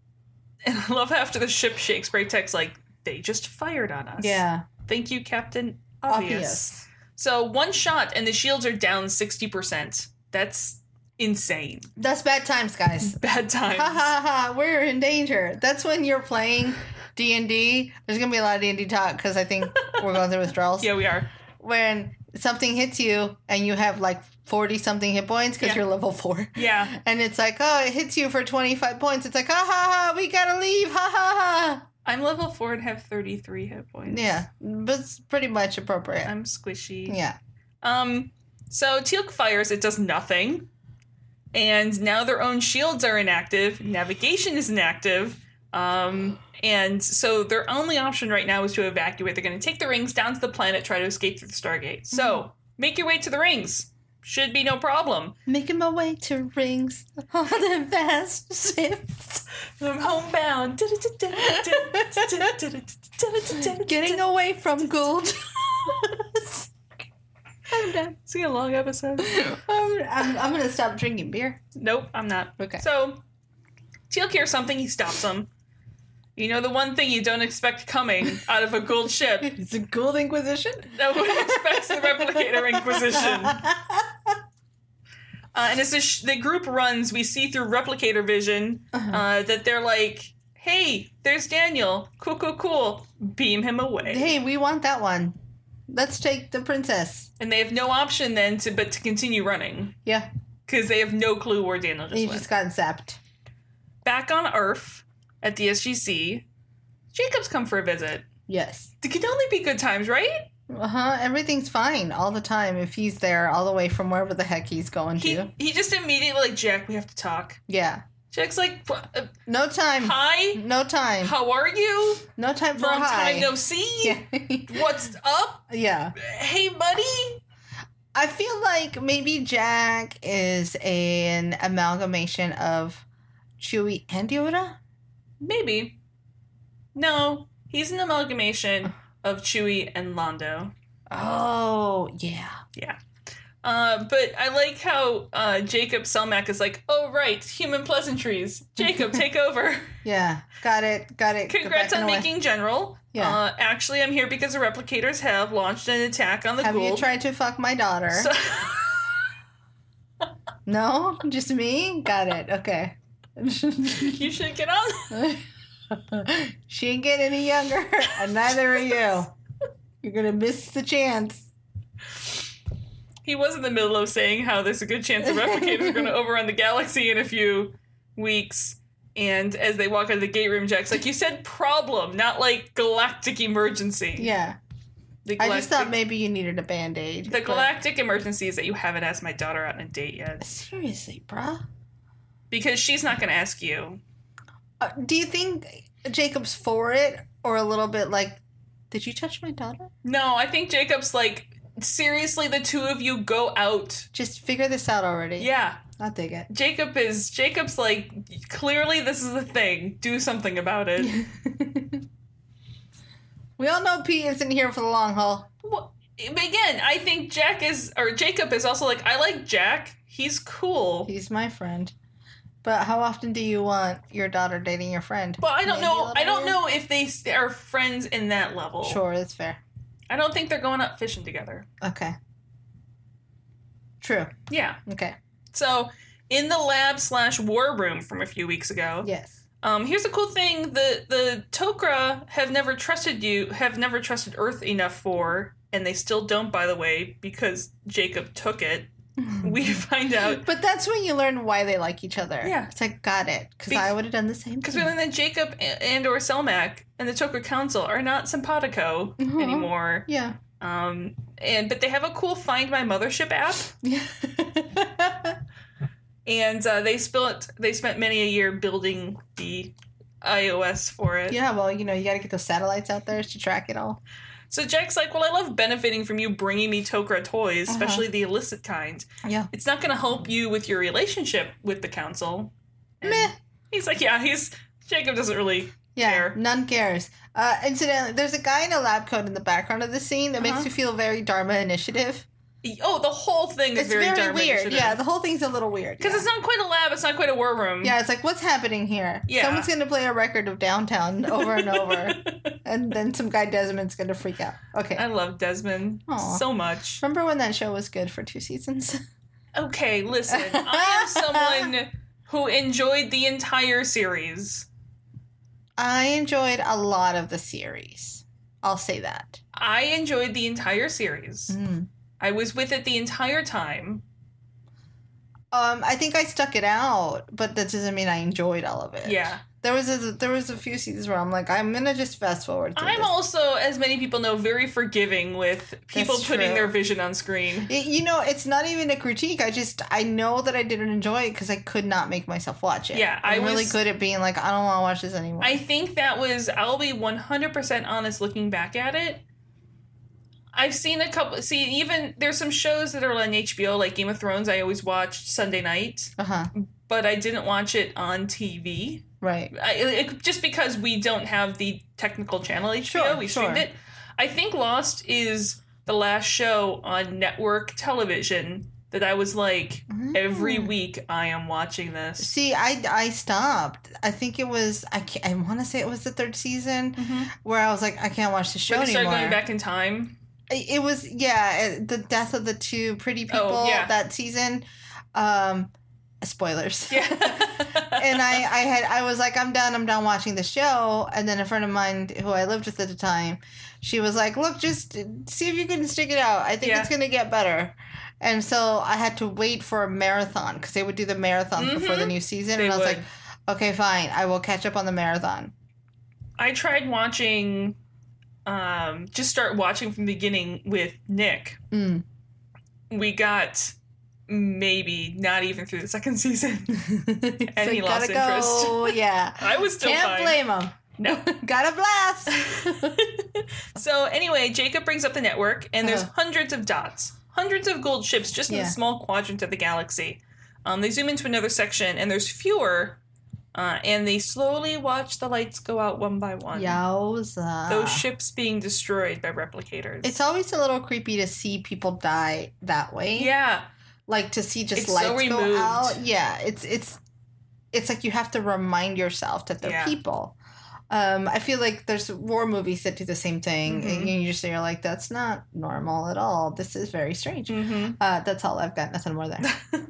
Speaker 2: and I love how after the ship shakes, Braytech's like, "They just fired on us."
Speaker 3: Yeah,
Speaker 2: Thank you, Captain Obvious.
Speaker 3: obvious.
Speaker 2: So one shot and the shields are down sixty percent. That's insane.
Speaker 3: That's bad times, guys.
Speaker 2: Bad times.
Speaker 3: ha ha ha! We're in danger. That's when you're playing D and D. There's gonna be a lot of D and D talk because I think we're going through withdrawals.
Speaker 2: Yeah, we are.
Speaker 3: When something hits you and you have like forty something hit points because
Speaker 2: Yeah.
Speaker 3: you're level four.
Speaker 2: Yeah.
Speaker 3: And it's like, oh, it hits you for 25 points. It's like, ha ha ha, we gotta leave, ha ha ha.
Speaker 2: I'm level four and have thirty three hit points.
Speaker 3: Yeah, but it's pretty much appropriate.
Speaker 2: I'm squishy.
Speaker 3: Yeah.
Speaker 2: Um, so Teal'c fires, it does nothing. And now their own shields are inactive, navigation is inactive. Um, and so their only option right now is to evacuate. They're going to take the rings down to the planet, try to escape through the Stargate. So make your way to the rings. Should be no problem.
Speaker 3: Making my way to rings on the fast ships.
Speaker 2: I'm homebound.
Speaker 3: Getting away from Gould. I'm done.
Speaker 2: Is it a long episode?
Speaker 3: I'm, I'm, I'm gonna stop drinking beer.
Speaker 2: Nope, I'm not.
Speaker 3: Okay.
Speaker 2: So, Teal hears something, he stops him. You know the one thing you don't expect coming out of a gold ship.
Speaker 3: It's a Gould Inquisition?
Speaker 2: No one expects the Replicator Inquisition. Uh, and as the, sh- the group runs, we see through Replicator vision
Speaker 3: Uh-huh.
Speaker 2: uh, that they're like, "Hey, there's Daniel. Cool, cool, cool. Beam him away."
Speaker 3: hey, we want that one. Let's take the princess.
Speaker 2: And they have no option then to but to continue running
Speaker 3: Yeah,
Speaker 2: because they have no clue where Daniel just
Speaker 3: you
Speaker 2: went.
Speaker 3: just gotten sapped.
Speaker 2: Back on Earth at the SGC, Jacob's come for a visit.
Speaker 3: Yes.
Speaker 2: It can only be good times, right?
Speaker 3: Uh huh. Everything's fine all the time if he's there, all the way from wherever the heck he's going
Speaker 2: He
Speaker 3: to.
Speaker 2: he just immediately like Jack, we have to talk.
Speaker 3: Yeah.
Speaker 2: Jack's like, "Wha- uh,
Speaker 3: No time.
Speaker 2: hi,
Speaker 3: No time.
Speaker 2: how are you?
Speaker 3: No time for a
Speaker 2: Long
Speaker 3: high.
Speaker 2: time no see.
Speaker 3: yeah.
Speaker 2: What's up?
Speaker 3: yeah.
Speaker 2: Hey, buddy.
Speaker 3: I feel like maybe Jack is an amalgamation of Chewie and Yoda.
Speaker 2: Maybe. No, he's an amalgamation of Chewie and Londo.
Speaker 3: Oh, yeah.
Speaker 2: Uh, but I like how uh, Jacob Selmack is like, oh right, human pleasantries. Jacob, take over.
Speaker 3: Yeah, got it, got it. Go
Speaker 2: Congrats
Speaker 3: back
Speaker 2: on
Speaker 3: in the way.
Speaker 2: making general.
Speaker 3: Yeah.
Speaker 2: Uh, actually, I'm here because the replicators have launched an attack on the
Speaker 3: Have you
Speaker 2: Gould.
Speaker 3: tried to fuck my daughter?
Speaker 2: So-
Speaker 3: no, just me. Got it. Okay.
Speaker 2: you should get on.
Speaker 3: she ain't getting any younger, and neither are you. You're gonna miss the chance.
Speaker 2: he was in the middle of saying how there's a good chance the replicators are going to overrun the galaxy in a few weeks. And as they walk out of the gate room, Jack's like, "You said problem, not like galactic emergency."
Speaker 3: Yeah,
Speaker 2: the
Speaker 3: I
Speaker 2: galactic,
Speaker 3: just thought maybe you needed a band aid.
Speaker 2: the galactic emergency is that you haven't asked my daughter out on a date yet
Speaker 3: Seriously, bruh.
Speaker 2: because she's not going to ask you.
Speaker 3: Uh, do you think Jacob's for it, or a little bit like, did you touch my daughter?
Speaker 2: No, I think Jacob's like, seriously, the two of you go out.
Speaker 3: Just figure this out already.
Speaker 2: Yeah,
Speaker 3: I'll dig it.
Speaker 2: Jacob is Jacob's like clearly this is a thing. Do something about it.
Speaker 3: We all know Pete isn't here for the long haul.
Speaker 2: Well, but again, I think Jack is or Jacob is also like I like Jack. He's cool.
Speaker 3: He's my friend. But how often do you want your daughter dating your friend?
Speaker 2: But I don't
Speaker 3: Maybe
Speaker 2: know. I don't
Speaker 3: later?
Speaker 2: know if they s- are friends in that level.
Speaker 3: Sure, that's fair.
Speaker 2: I don't think they're going up fishing together.
Speaker 3: Okay. True.
Speaker 2: Yeah.
Speaker 3: Okay.
Speaker 2: So in the lab slash war room from a few weeks ago.
Speaker 3: Yes.
Speaker 2: Um, here's a cool thing: the the Tok'ra have never trusted you, have never trusted Earth enough for, and they still don't, by the way, because Jacob took it. we find out
Speaker 3: But that's when you learn why they like each other.
Speaker 2: Yeah.
Speaker 3: It's like, got it. Because
Speaker 2: Bec-
Speaker 3: I would have done the same
Speaker 2: because we learn that Jacob a- and or Selmac and the Toker Council are not Simpatico
Speaker 3: Mhm.
Speaker 2: anymore.
Speaker 3: yeah.
Speaker 2: Um, and but they have a cool Find My Mothership app, and uh, they spent they spent many a year building the iOS for it.
Speaker 3: yeah, well, you know, you got to get those satellites out there to track it all.
Speaker 2: So Jack's like, "Well, I love benefiting from you bringing me Tokra toys,
Speaker 3: Uh-huh.
Speaker 2: especially the illicit kind.
Speaker 3: Yeah.
Speaker 2: It's not going to help you with your relationship with the council." And
Speaker 3: Meh.
Speaker 2: He's like, "Yeah, he's Jacob doesn't really
Speaker 3: Yeah,
Speaker 2: care.
Speaker 3: none cares. Uh, incidentally, there's a guy in a lab coat in the background of the scene that
Speaker 2: Uh-huh.
Speaker 3: makes you feel very Dharma Initiative.
Speaker 2: Oh, the whole thing is
Speaker 3: It's very,
Speaker 2: Dharma
Speaker 3: weird.
Speaker 2: initiative.
Speaker 3: Yeah, the whole thing's a little weird.
Speaker 2: Because
Speaker 3: yeah.
Speaker 2: it's not quite a lab, it's not quite a war room.
Speaker 3: Yeah, it's like what's happening here?
Speaker 2: Yeah.
Speaker 3: Someone's gonna play a record of downtown over and over, and then some guy Desmond's gonna freak out. Okay.
Speaker 2: I love Desmond
Speaker 3: Aw.
Speaker 2: so much.
Speaker 3: Remember when that show was good for two seasons?
Speaker 2: Okay, listen, I am someone who enjoyed the entire series.
Speaker 3: I enjoyed a lot of the series. I'll say that.
Speaker 2: I enjoyed the entire series.
Speaker 3: Mm.
Speaker 2: I was with it the entire time.
Speaker 3: Um, I think I stuck it out, but that doesn't mean I enjoyed all of it.
Speaker 2: Yeah.
Speaker 3: There was a, there was a few seasons where I'm like, I'm gonna just fast forward. Through
Speaker 2: I'm
Speaker 3: this.
Speaker 2: also, as many people know, very forgiving with people
Speaker 3: That's
Speaker 2: putting
Speaker 3: true.
Speaker 2: their vision on screen.
Speaker 3: It- you know, it's not even a critique. I just I know that I didn't enjoy it because I could not make myself watch it.
Speaker 2: Yeah, I
Speaker 3: I'm really
Speaker 2: was-
Speaker 3: good at being like, I don't want to watch this anymore.
Speaker 2: I think that was, I'll be 100% honest looking back at it. I've seen a couple, see, even there's some shows that are on HBO, like Game of Thrones, I always watched Sunday night,
Speaker 3: uh huh.
Speaker 2: but I didn't watch it on TV.
Speaker 3: Right.
Speaker 2: I, it, just because we don't have the technical channel HBO,
Speaker 3: Sure,
Speaker 2: we streamed
Speaker 3: sure.
Speaker 2: it. I think Lost is the last show on network television that I was like, every
Speaker 3: Hmm.
Speaker 2: week I am watching this.
Speaker 3: Mm. See, I, I stopped. I think it was I can't, I want to say it was the third season where I was like I can't watch the show
Speaker 2: When they started
Speaker 3: Mm-hmm. anymore.
Speaker 2: going back in time.
Speaker 3: I- It was yeah, it, the death of the two pretty people
Speaker 2: Oh, yeah.
Speaker 3: that season. Um, spoilers.
Speaker 2: Yeah.
Speaker 3: and I, I had I was like, I'm done, I'm done watching the show. And then a friend of mine who I lived with at the time, she was like, Look, just see if you can stick it out. I think
Speaker 2: Yeah.
Speaker 3: it's gonna get better. And so I had to wait for a marathon because they would do the marathon before the new season.
Speaker 2: Mm-hmm. They
Speaker 3: and I was
Speaker 2: would.
Speaker 3: like, Okay, fine, I will catch up on the marathon.
Speaker 2: I tried watching, um, just start watching from the beginning with Nick.
Speaker 3: Mm.
Speaker 2: We got maybe not even through the second season.
Speaker 3: So
Speaker 2: he
Speaker 3: you
Speaker 2: lost
Speaker 3: Go. yeah.
Speaker 2: I was still
Speaker 3: Can't
Speaker 2: fine.
Speaker 3: blame him.
Speaker 2: No.
Speaker 3: Got a blast.
Speaker 2: So anyway, Jacob brings up the network, and there's
Speaker 3: Uh-huh.
Speaker 2: hundreds of dots, hundreds of gold ships just in
Speaker 3: Yeah.
Speaker 2: the small quadrant of the galaxy. Um, they zoom into another section, and there's fewer, uh, and they slowly watch the lights go out one by one.
Speaker 3: Yowza.
Speaker 2: Those ships being destroyed by replicators.
Speaker 3: it's always a little creepy to see people die that way.
Speaker 2: yeah,
Speaker 3: like to see just
Speaker 2: It's
Speaker 3: lights
Speaker 2: so
Speaker 3: go
Speaker 2: removed.
Speaker 3: out. Yeah, it's it's it's like you have to remind yourself that they're
Speaker 2: Yeah.
Speaker 3: people. Um, I feel like there's war movies that do the same thing,
Speaker 2: Mm-hmm.
Speaker 3: and you just you're like, that's not normal at all. This is very strange.
Speaker 2: Mm.
Speaker 3: Uh, that's all I've got. Nothing more there.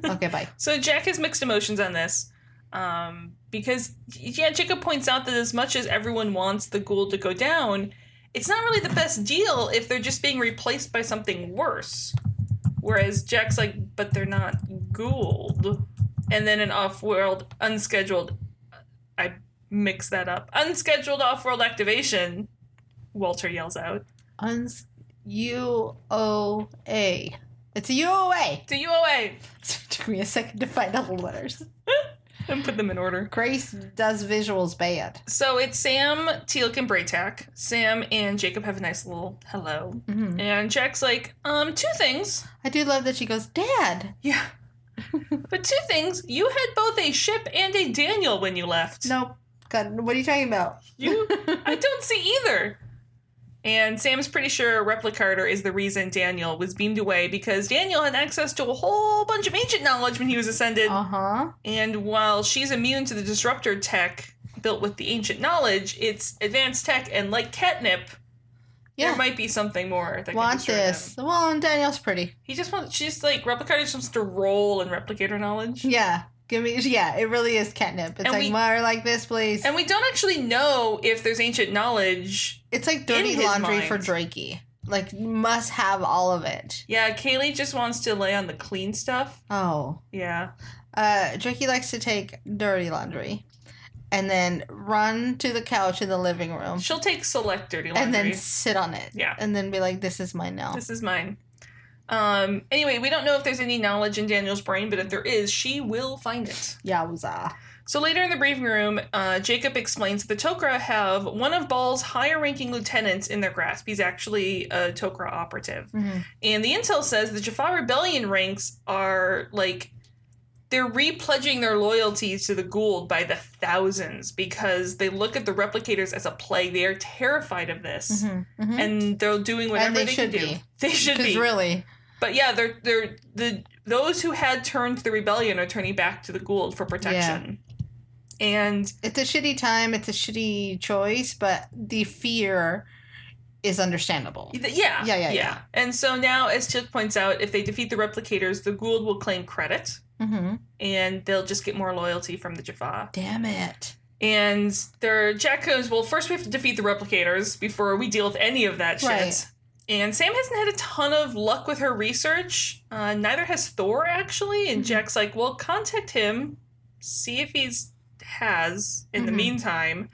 Speaker 3: okay, bye.
Speaker 2: Uh, So Jack has mixed emotions on this. Um, because yeah, Jacob points out that as much as everyone wants the gold to go down, it's not really the best deal if they're just being replaced by something worse. Whereas Jack's like, but they're not ghouled. And then an off-world unscheduled I mix that up. Unscheduled off-world activation, Walter yells out.
Speaker 3: Uns U O A. It's a U O A.
Speaker 2: To UOA
Speaker 3: Took me a second to find all the letters.
Speaker 2: and put them in order.
Speaker 3: Grace does visuals bad.
Speaker 2: So it's Sam, Teal'c, and Braytak. Sam and Jacob have a nice little hello,
Speaker 3: Mhm.
Speaker 2: and Jack's like, um, two things.
Speaker 3: I do love that she goes, Dad.
Speaker 2: Yeah, but two things. You had both a ship and a Daniel when you left.
Speaker 3: Nope. God, what are you talking about?
Speaker 2: you. I don't see either. And Sam's pretty sure Replicator is the reason Daniel was beamed away because Daniel had access to a whole bunch of ancient knowledge when he was ascended.
Speaker 3: Uh huh.
Speaker 2: And while she's immune to the disruptor tech built with the ancient knowledge, it's advanced tech, and like catnip,
Speaker 3: Yeah.
Speaker 2: there might be something more that can
Speaker 3: want
Speaker 2: destroy
Speaker 3: this.
Speaker 2: them.
Speaker 3: Well, and Danielle's pretty.
Speaker 2: He just wants. She's like replicator just wants to roll and replicator knowledge.
Speaker 3: Yeah. Give me. Yeah, it really is catnip. It's
Speaker 2: And
Speaker 3: like
Speaker 2: we-
Speaker 3: more like this, please.
Speaker 2: And we don't actually know if there's ancient knowledge.
Speaker 3: it's like dirty
Speaker 2: in his
Speaker 3: laundry
Speaker 2: mind.
Speaker 3: for Drakey. Like must have all of it.
Speaker 2: Yeah, Kaylee just wants to lay on the clean stuff.
Speaker 3: Oh.
Speaker 2: Yeah.
Speaker 3: Uh Drakey likes to take dirty laundry and then run to the couch in the living room
Speaker 2: She'll take select dirty laundry.
Speaker 3: Um, and then sit on it.
Speaker 2: Yeah.
Speaker 3: And then be like, This is mine now.
Speaker 2: This is mine. Um, anyway, we don't know if there's any knowledge in Daniel's brain, but if there is, she will find it.
Speaker 3: Yowza.
Speaker 2: So later in the briefing room, uh, Jacob explains that the Tok'ra have one of Ball's higher-ranking lieutenants in their grasp. He's actually a Tok'ra operative,
Speaker 3: Mhm.
Speaker 2: and the intel says the Jaffa Rebellion ranks are like they're repledging their loyalty to the Gould by the thousands because they look at the replicators as a plague. They are terrified of this,
Speaker 3: Mhm. Mhm.
Speaker 2: and they're doing whatever
Speaker 3: And
Speaker 2: they,
Speaker 3: they should
Speaker 2: can do.
Speaker 3: be.
Speaker 2: They should be.
Speaker 3: Because really,
Speaker 2: But yeah, they're they're the those who had turned to the rebellion are turning back to the Gould for protection. And
Speaker 3: it's a shitty time, it's a shitty choice, but the fear is understandable.
Speaker 2: th- yeah,
Speaker 3: Yeah, yeah, yeah.
Speaker 2: And so now, as Chip points out, if they defeat the replicators, the Gould will claim credit,
Speaker 3: Mm-hmm.
Speaker 2: and they'll just get more loyalty from the Jaffa.
Speaker 3: Damn it.
Speaker 2: And their Jack goes, "Well, first we have to defeat the replicators before we deal with any of that shit."
Speaker 3: Right.
Speaker 2: And Sam hasn't had a ton of luck with her research. Uh, neither has Thor, actually. And
Speaker 3: Mhm.
Speaker 2: Jack's like, well, contact him, see if he's has in the
Speaker 3: Mhm.
Speaker 2: meantime.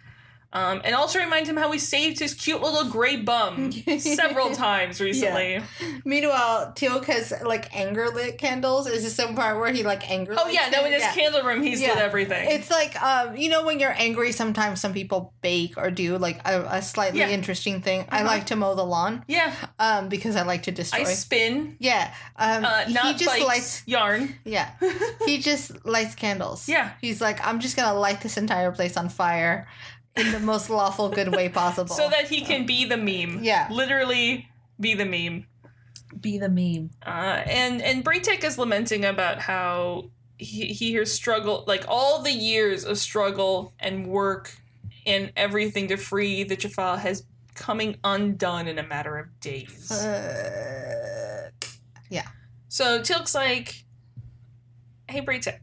Speaker 2: Um, and also remind him how we saved his cute little gray bum several times recently.
Speaker 3: Meanwhile, Teal'c has like anger lit candles. Is this some part where he like anger?
Speaker 2: Oh, yeah,
Speaker 3: lits
Speaker 2: no,
Speaker 3: it?
Speaker 2: in his
Speaker 3: Yeah.
Speaker 2: candle room, he's
Speaker 3: Yeah.
Speaker 2: lit everything.
Speaker 3: It's like um, you know when you're angry. Sometimes some people bake or do like a, a slightly
Speaker 2: Yeah.
Speaker 3: interesting thing. I
Speaker 2: Uh-huh.
Speaker 3: like to mow the lawn
Speaker 2: yeah,
Speaker 3: um, because I like to destroy.
Speaker 2: I spin,
Speaker 3: yeah, um,
Speaker 2: uh, not
Speaker 3: he just
Speaker 2: bikes,
Speaker 3: lights.
Speaker 2: yarn.
Speaker 3: Yeah, he just lights candles.
Speaker 2: Yeah.
Speaker 3: he's like, I'm just gonna light this entire place on fire in the most lawful good way possible.
Speaker 2: So that he can be the meme.
Speaker 3: Yeah.
Speaker 2: Literally be the meme.
Speaker 3: be the meme.
Speaker 2: Uh, and and Braytek is lamenting about how he, he hears struggle, like all the years of struggle and work and everything to free the Jaffa has coming undone in a matter of days.
Speaker 3: Uh,
Speaker 2: so Tilk's like, "Hey Braytek,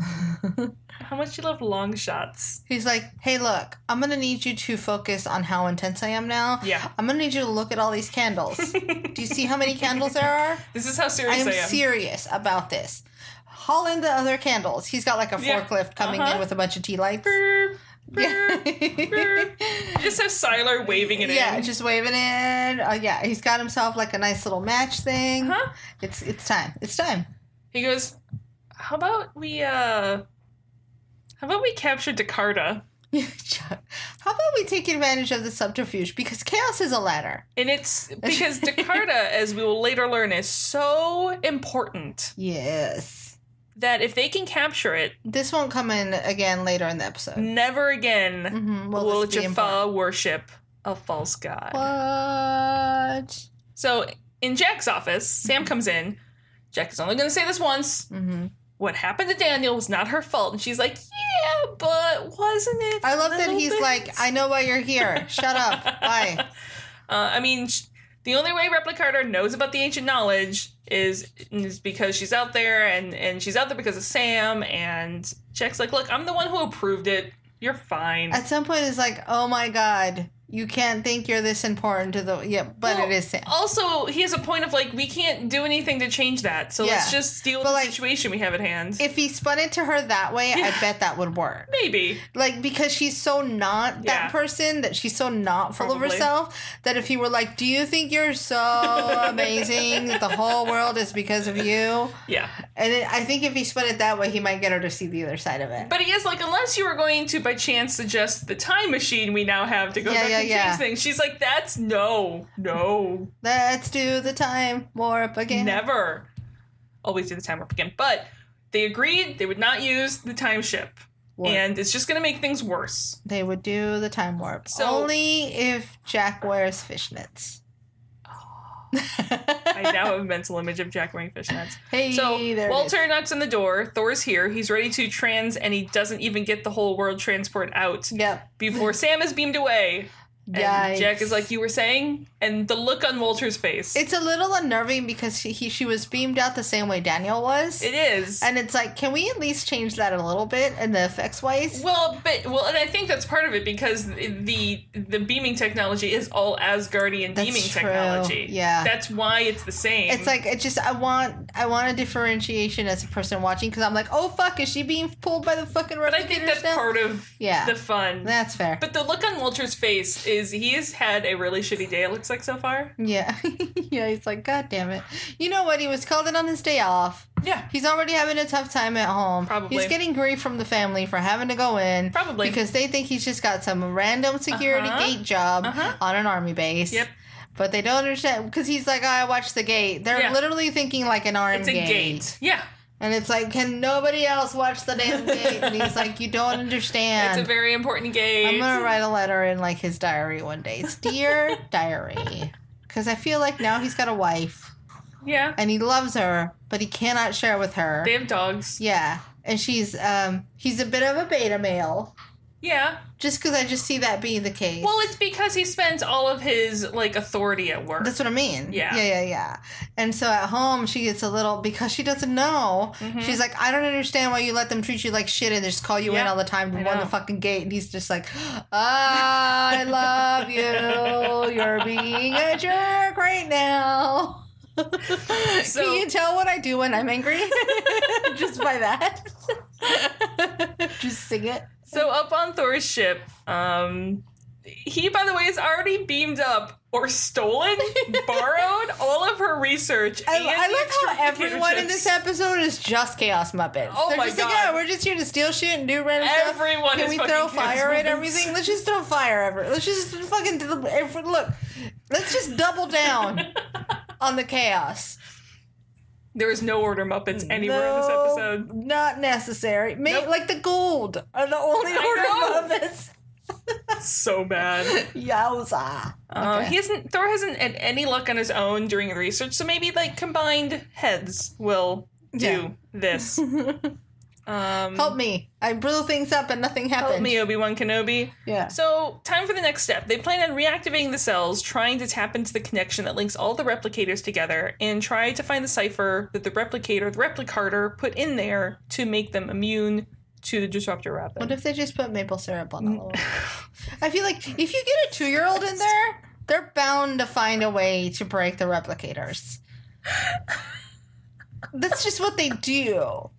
Speaker 2: how much you love long shots?"
Speaker 3: He's like, hey, look, I'm gonna need you to focus on how intense I am now.
Speaker 2: Yeah,
Speaker 3: I'm gonna need you to look at all these candles. Do you see how many candles there are?
Speaker 2: this is how serious
Speaker 3: I
Speaker 2: I am.
Speaker 3: am serious about this. Haul in the other candles. He's got like a
Speaker 2: Yeah.
Speaker 3: forklift coming
Speaker 2: Uh-huh.
Speaker 3: in with a bunch of tea lights.
Speaker 2: Burp,
Speaker 3: Yeah.
Speaker 2: burp. You just have Siler waving it
Speaker 3: yeah,
Speaker 2: in.
Speaker 3: just waving in. Oh yeah, he's got himself like a nice little match thing.
Speaker 2: Huh?
Speaker 3: It's it's time. It's time.
Speaker 2: He goes, "How about we uh, how about we capture Jakarta?"
Speaker 3: Chuck, How about we take advantage of the subterfuge because chaos is a ladder.
Speaker 2: And it's because Jakarta, as we will later learn, is so important
Speaker 3: Yes.
Speaker 2: that if they can capture it,
Speaker 3: This won't come in again later in the episode.
Speaker 2: never again
Speaker 3: Mm-hmm.
Speaker 2: will,
Speaker 3: Well, this be important?
Speaker 2: Jaffa worship a false god.
Speaker 3: What?
Speaker 2: So in Jack's office, Sam
Speaker 3: Mm-hmm.
Speaker 2: comes in. Jack is only going to say this once.
Speaker 3: hmm
Speaker 2: What happened to Daniel was not her fault. And she's like, yeah, but wasn't it?
Speaker 3: I
Speaker 2: a
Speaker 3: love that
Speaker 2: little
Speaker 3: he's
Speaker 2: bit?"
Speaker 3: like, I know why you're here. Shut up. Bye.
Speaker 2: Uh, I mean, sh- the only way Replicator knows about the ancient knowledge is is because she's out there, and and she's out there because of Sam. And Jack's like, "Look, I'm the one who approved it. You're fine."
Speaker 3: At some point, it's like, oh my god, you can't think you're this important to the. Yeah, but
Speaker 2: Well,
Speaker 3: it is Sam.
Speaker 2: Also, he has a point of like, we can't do anything to change that, so let's
Speaker 3: Yeah.
Speaker 2: just deal with
Speaker 3: But,
Speaker 2: the
Speaker 3: like,
Speaker 2: situation we have at hand.
Speaker 3: If he spun it to her that way,
Speaker 2: Yeah.
Speaker 3: I bet that would work.
Speaker 2: Maybe.
Speaker 3: Like because she's so not
Speaker 2: Yeah.
Speaker 3: that person that she's so not full
Speaker 2: Probably.
Speaker 3: of herself that if he were like, "Do you think you're so amazing that the whole world is because of you?"
Speaker 2: Yeah.
Speaker 3: And it, I think if he spun it that way, he might get her to see the other side of it.
Speaker 2: But he is like, unless you were going to by chance suggest the time machine we now have to go
Speaker 3: Yeah,
Speaker 2: back
Speaker 3: yeah,
Speaker 2: and
Speaker 3: yeah.
Speaker 2: change things, she's like, that's no, no,
Speaker 3: Let's do the time warp again.
Speaker 2: Never. Always do the time warp again. But they agreed they would not use the time ship.
Speaker 3: Warp.
Speaker 2: And it's just going to make things worse.
Speaker 3: They would do the time warp
Speaker 2: So-
Speaker 3: only if Jack wears fishnets.
Speaker 2: Oh. I now have a mental image of Jack wearing fishnets.
Speaker 3: hey,
Speaker 2: So
Speaker 3: there it
Speaker 2: Walter
Speaker 3: is.
Speaker 2: knocks on the door. Thor's here. He's ready to trans, and he doesn't even get the whole world transport out
Speaker 3: Yep.
Speaker 2: before Sam is beamed away. And Jack
Speaker 3: Yikes.
Speaker 2: is like, you were saying? And the look on Walter's face.
Speaker 3: It's a little unnerving because she, he, she was beamed out the same way Daniel was.
Speaker 2: it is.
Speaker 3: and it's like, can we at least change that a little bit in the effects wise?
Speaker 2: well, but well, and I think that's part of it because the the beaming technology is all Asgardian
Speaker 3: That's
Speaker 2: beaming
Speaker 3: true.
Speaker 2: technology.
Speaker 3: Yeah.
Speaker 2: that's why it's the same.
Speaker 3: It's like it just I want I want a differentiation as a person watching because I'm like, oh fuck, is she being pulled by the fucking
Speaker 2: but I think that's part of
Speaker 3: Yeah.
Speaker 2: the fun.
Speaker 3: That's fair.
Speaker 2: but the look on Walter's face is he has had a really shitty day. It looks like so far.
Speaker 3: yeah, yeah. He's like, god damn it. You know what? He was called in on his day off.
Speaker 2: Yeah,
Speaker 3: He's already having a tough time at home.
Speaker 2: Probably.
Speaker 3: He's getting grief from the family for having to go in.
Speaker 2: Probably.
Speaker 3: Because they think he's just got some random security
Speaker 2: Uh-huh.
Speaker 3: gate job
Speaker 2: Uh-huh.
Speaker 3: on an army base.
Speaker 2: Yep.
Speaker 3: But they don't understand because he's like, oh, I watched the gate. They're
Speaker 2: Yeah.
Speaker 3: literally thinking like an arm
Speaker 2: it's a gate. Yeah,
Speaker 3: And it's like, can nobody else watch the damn gate? And he's like, you don't
Speaker 2: it's a
Speaker 3: understand.
Speaker 2: very important gate.
Speaker 3: I'm gonna write a letter in like his diary one day. It's dear diary, because I feel like now he's got a wife
Speaker 2: yeah,
Speaker 3: and he loves her, but he cannot share with her.
Speaker 2: they have dogs.
Speaker 3: Yeah, and she's um he's a bit of a beta male,
Speaker 2: Yeah.
Speaker 3: just because I just see that being the case.
Speaker 2: Well, it's because he spends all of his like authority at work.
Speaker 3: That's what I mean.
Speaker 2: Yeah.
Speaker 3: Yeah, yeah, yeah. And so at home, she gets a little, because she doesn't know,
Speaker 2: Mm-hmm.
Speaker 3: she's like, I don't understand why you let them treat you like shit and they just call you in
Speaker 2: Yeah,
Speaker 3: all the time to
Speaker 2: I
Speaker 3: run the
Speaker 2: know.
Speaker 3: fucking gate. And he's just like, ah, I love you. You're being a jerk right now.
Speaker 2: So-
Speaker 3: Can you tell what I do when I'm angry? just by that. just sing it.
Speaker 2: So up on Thor's ship, um, he by the way is already beamed up or stolen, borrowed all of her research.
Speaker 3: I,
Speaker 2: and
Speaker 3: I
Speaker 2: the
Speaker 3: love how
Speaker 2: extra
Speaker 3: everyone in this
Speaker 2: computers.
Speaker 3: episode is just chaos muppets.
Speaker 2: Oh
Speaker 3: They're
Speaker 2: my
Speaker 3: just
Speaker 2: God.
Speaker 3: Like, yeah, we're just here to steal shit and do random
Speaker 2: Everyone
Speaker 3: stuff. Can
Speaker 2: is
Speaker 3: we
Speaker 2: fucking
Speaker 3: throw
Speaker 2: chaos
Speaker 3: fire at
Speaker 2: muppets.
Speaker 3: everything? Let's just throw fire ever. Let's just fucking do the, if, look. Let's just double down on the chaos.
Speaker 2: There is no order Muppets anywhere in this
Speaker 3: No,
Speaker 2: episode.
Speaker 3: not necessary. May,
Speaker 2: Nope.
Speaker 3: Like the gold are the only
Speaker 2: I
Speaker 3: order of this.
Speaker 2: So bad.
Speaker 3: Yowza.
Speaker 2: Uh,
Speaker 3: Okay.
Speaker 2: he hasn't. Thor hasn't had any luck on his own during the research, so maybe like combined heads will do
Speaker 3: Yeah.
Speaker 2: this. um,
Speaker 3: Help me. I blew things up and nothing happened.
Speaker 2: help me, Obi Wan Kenobi.
Speaker 3: Yeah.
Speaker 2: So, time for the next step. They plan on reactivating the cells, trying to tap into the connection that links all the replicators together, and try to find the cipher that the replicator, the replicator, put in there to make them immune to the disruptor rapid.
Speaker 3: What if they just put maple syrup on all of them? I feel like if you get a two year old in there, they're bound to find a way to break the replicators. That's just what they do.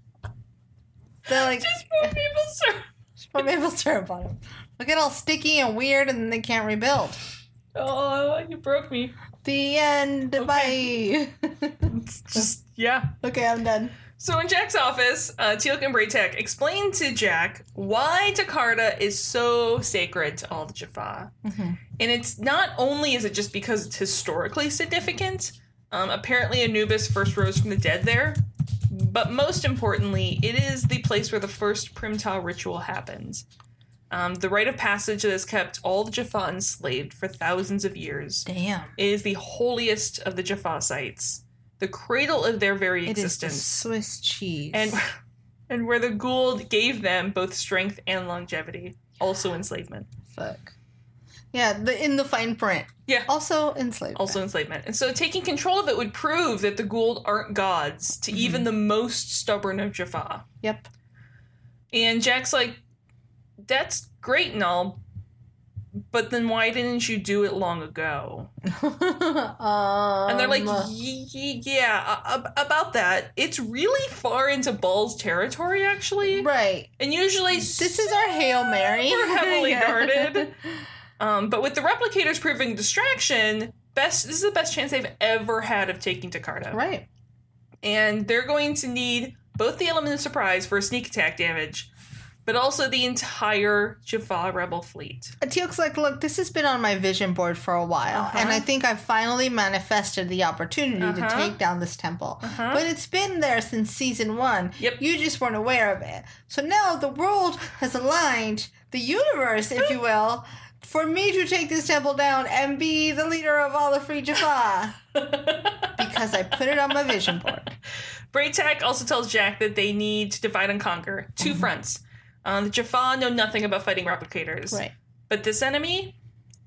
Speaker 3: They're like,
Speaker 2: Just more people serve.
Speaker 3: just put maple syrup on them. They get all sticky and weird and they can't rebuild.
Speaker 2: Oh, you broke me.
Speaker 3: The end. Bye.
Speaker 2: It's just yeah.
Speaker 3: okay, I'm done.
Speaker 2: So in Jack's office, uh, Teal'c and Braytek explain to Jack why Jakarta is so sacred to all the Jaffa,
Speaker 3: Mm-hmm.
Speaker 2: and it's not only is it just because it's historically significant. Um, apparently, Anubis first rose from the dead there, but most importantly, it is the place where the first Primtau ritual happened. Um, the rite of passage that has kept all the Jaffa enslaved for thousands of years.
Speaker 3: Damn.
Speaker 2: It is the holiest of the Jaffa sites, the cradle of their very
Speaker 3: It is the
Speaker 2: existence
Speaker 3: Swiss cheese.
Speaker 2: and and where the Gould gave them both strength and longevity, also enslavement.
Speaker 3: fuck. Yeah, the in the fine print.
Speaker 2: Yeah.
Speaker 3: Also enslavement.
Speaker 2: Also enslavement. And so taking control of it would prove that the Gould aren't gods to
Speaker 3: Mm-hmm.
Speaker 2: even the most stubborn of Jaffa.
Speaker 3: Yep.
Speaker 2: And Jack's like, that's great and all, but then why didn't you do it long ago?
Speaker 3: um,
Speaker 2: And they're like, "Y- y- yeah, uh, ab- about that. It's really far into Ball's territory, actually.
Speaker 3: right.
Speaker 2: And usually,
Speaker 3: This is our hail mary.
Speaker 2: We're heavily
Speaker 3: Yeah.
Speaker 2: guarded. Um, but with the replicators proving distraction, best this is the best chance they've ever had of taking Jakarta.
Speaker 3: Right.
Speaker 2: And they're going to need both the element of surprise for sneak attack damage, but also the entire Jaffa rebel fleet.
Speaker 3: Teal'c's like, look, this has been on my vision board for a while,
Speaker 2: Uh-huh.
Speaker 3: and I think I've finally manifested the opportunity to
Speaker 2: Uh-huh.
Speaker 3: take down this temple.
Speaker 2: Uh-huh.
Speaker 3: But it's been there since season one.
Speaker 2: Yep.
Speaker 3: You just weren't aware of it. So now the world has aligned, the universe, if you will, for me to take this temple down and be the leader of all the free Jaffa. because I put it on my vision board.
Speaker 2: Braytek also tells Jack that they need to divide and conquer 2
Speaker 3: Mm-hmm.
Speaker 2: fronts. Um, the Jaffa know nothing about fighting replicators,
Speaker 3: Right.
Speaker 2: but this enemy,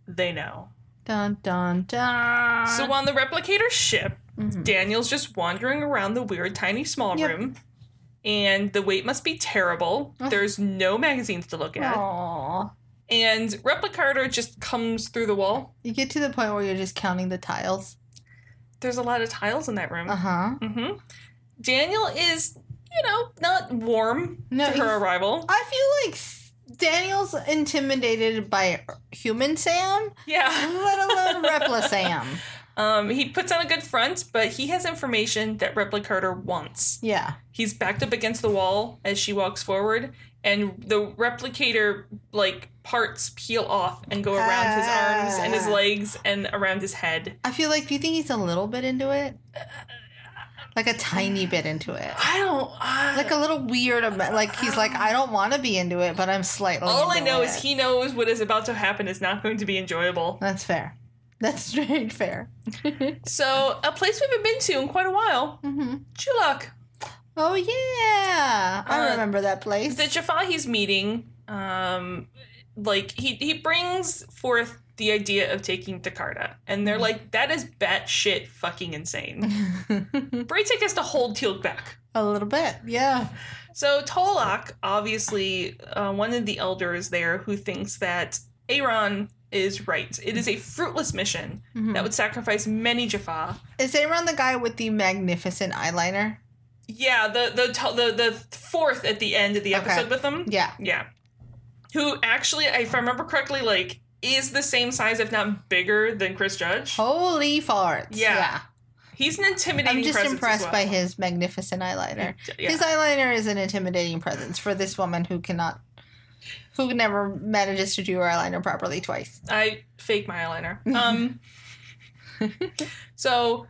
Speaker 2: They know.
Speaker 3: Dun dun dun.
Speaker 2: So on the replicator ship,
Speaker 3: Mhm.
Speaker 2: Daniel's just wandering around the weird tiny small
Speaker 3: Yep.
Speaker 2: room. And the weight must be terrible.
Speaker 3: Ugh.
Speaker 2: There's no magazines to look at.
Speaker 3: Aw.
Speaker 2: And Replicator just comes through the wall.
Speaker 3: You get to the point where you're just counting the tiles.
Speaker 2: There's a lot of tiles in that room.
Speaker 3: Uh huh.
Speaker 2: hmm Daniel is, you know, not warm
Speaker 3: No,
Speaker 2: to her
Speaker 3: he's-
Speaker 2: arrival.
Speaker 3: I feel like s- Daniel's intimidated by human Sam,
Speaker 2: Yeah.
Speaker 3: let alone Repla Sam.
Speaker 2: Um, he puts on a good front, but he has information that Replicator wants.
Speaker 3: Yeah.
Speaker 2: He's backed up against the wall as she walks forward, and the replicator like parts peel off and go around his arms and his
Speaker 3: Ah.
Speaker 2: legs and around his head.
Speaker 3: I feel like, do you think he's a little bit into it? Like a tiny bit into it.
Speaker 2: I don't. uh, I,
Speaker 3: Like a little weird, ama- like he's like, I don't want to be into it, but I'm slightly.
Speaker 2: all I
Speaker 3: into
Speaker 2: know
Speaker 3: it.
Speaker 2: is he knows what is about to happen is not going to be enjoyable.
Speaker 3: That's fair. That's straight fair.
Speaker 2: So a place we haven't been to in quite a while,
Speaker 3: hmm
Speaker 2: Chulak,
Speaker 3: Oh yeah, I
Speaker 2: Uh,
Speaker 3: remember that place.
Speaker 2: the Jaffa he's meeting. Um, like he he brings forth the idea of taking Takarda, and they're like, that is batshit fucking insane. Braytek has to hold Teal'c back.
Speaker 3: a little bit, yeah.
Speaker 2: So Tolok, obviously uh, one of the elders there, who thinks that Aeron is right. It is a fruitless mission
Speaker 3: Mhm.
Speaker 2: that would sacrifice many Jaffa.
Speaker 3: Is Aaron the guy with the magnificent eyeliner?
Speaker 2: Yeah, the the to- the, the fourth at the end of the
Speaker 3: Okay.
Speaker 2: episode with them.
Speaker 3: Yeah.
Speaker 2: Yeah, who actually, if I remember correctly, like is the same size, if not bigger, than Chris Judge.
Speaker 3: Holy farts!
Speaker 2: Yeah. He's an intimidating.
Speaker 3: Oh. I'm just
Speaker 2: presence as
Speaker 3: impressed
Speaker 2: well.
Speaker 3: by his magnificent eyeliner.
Speaker 2: Yeah.
Speaker 3: His eyeliner is an intimidating presence for this woman who cannot, who never manages to do her eyeliner properly twice.
Speaker 2: I fake my eyeliner. Um, so,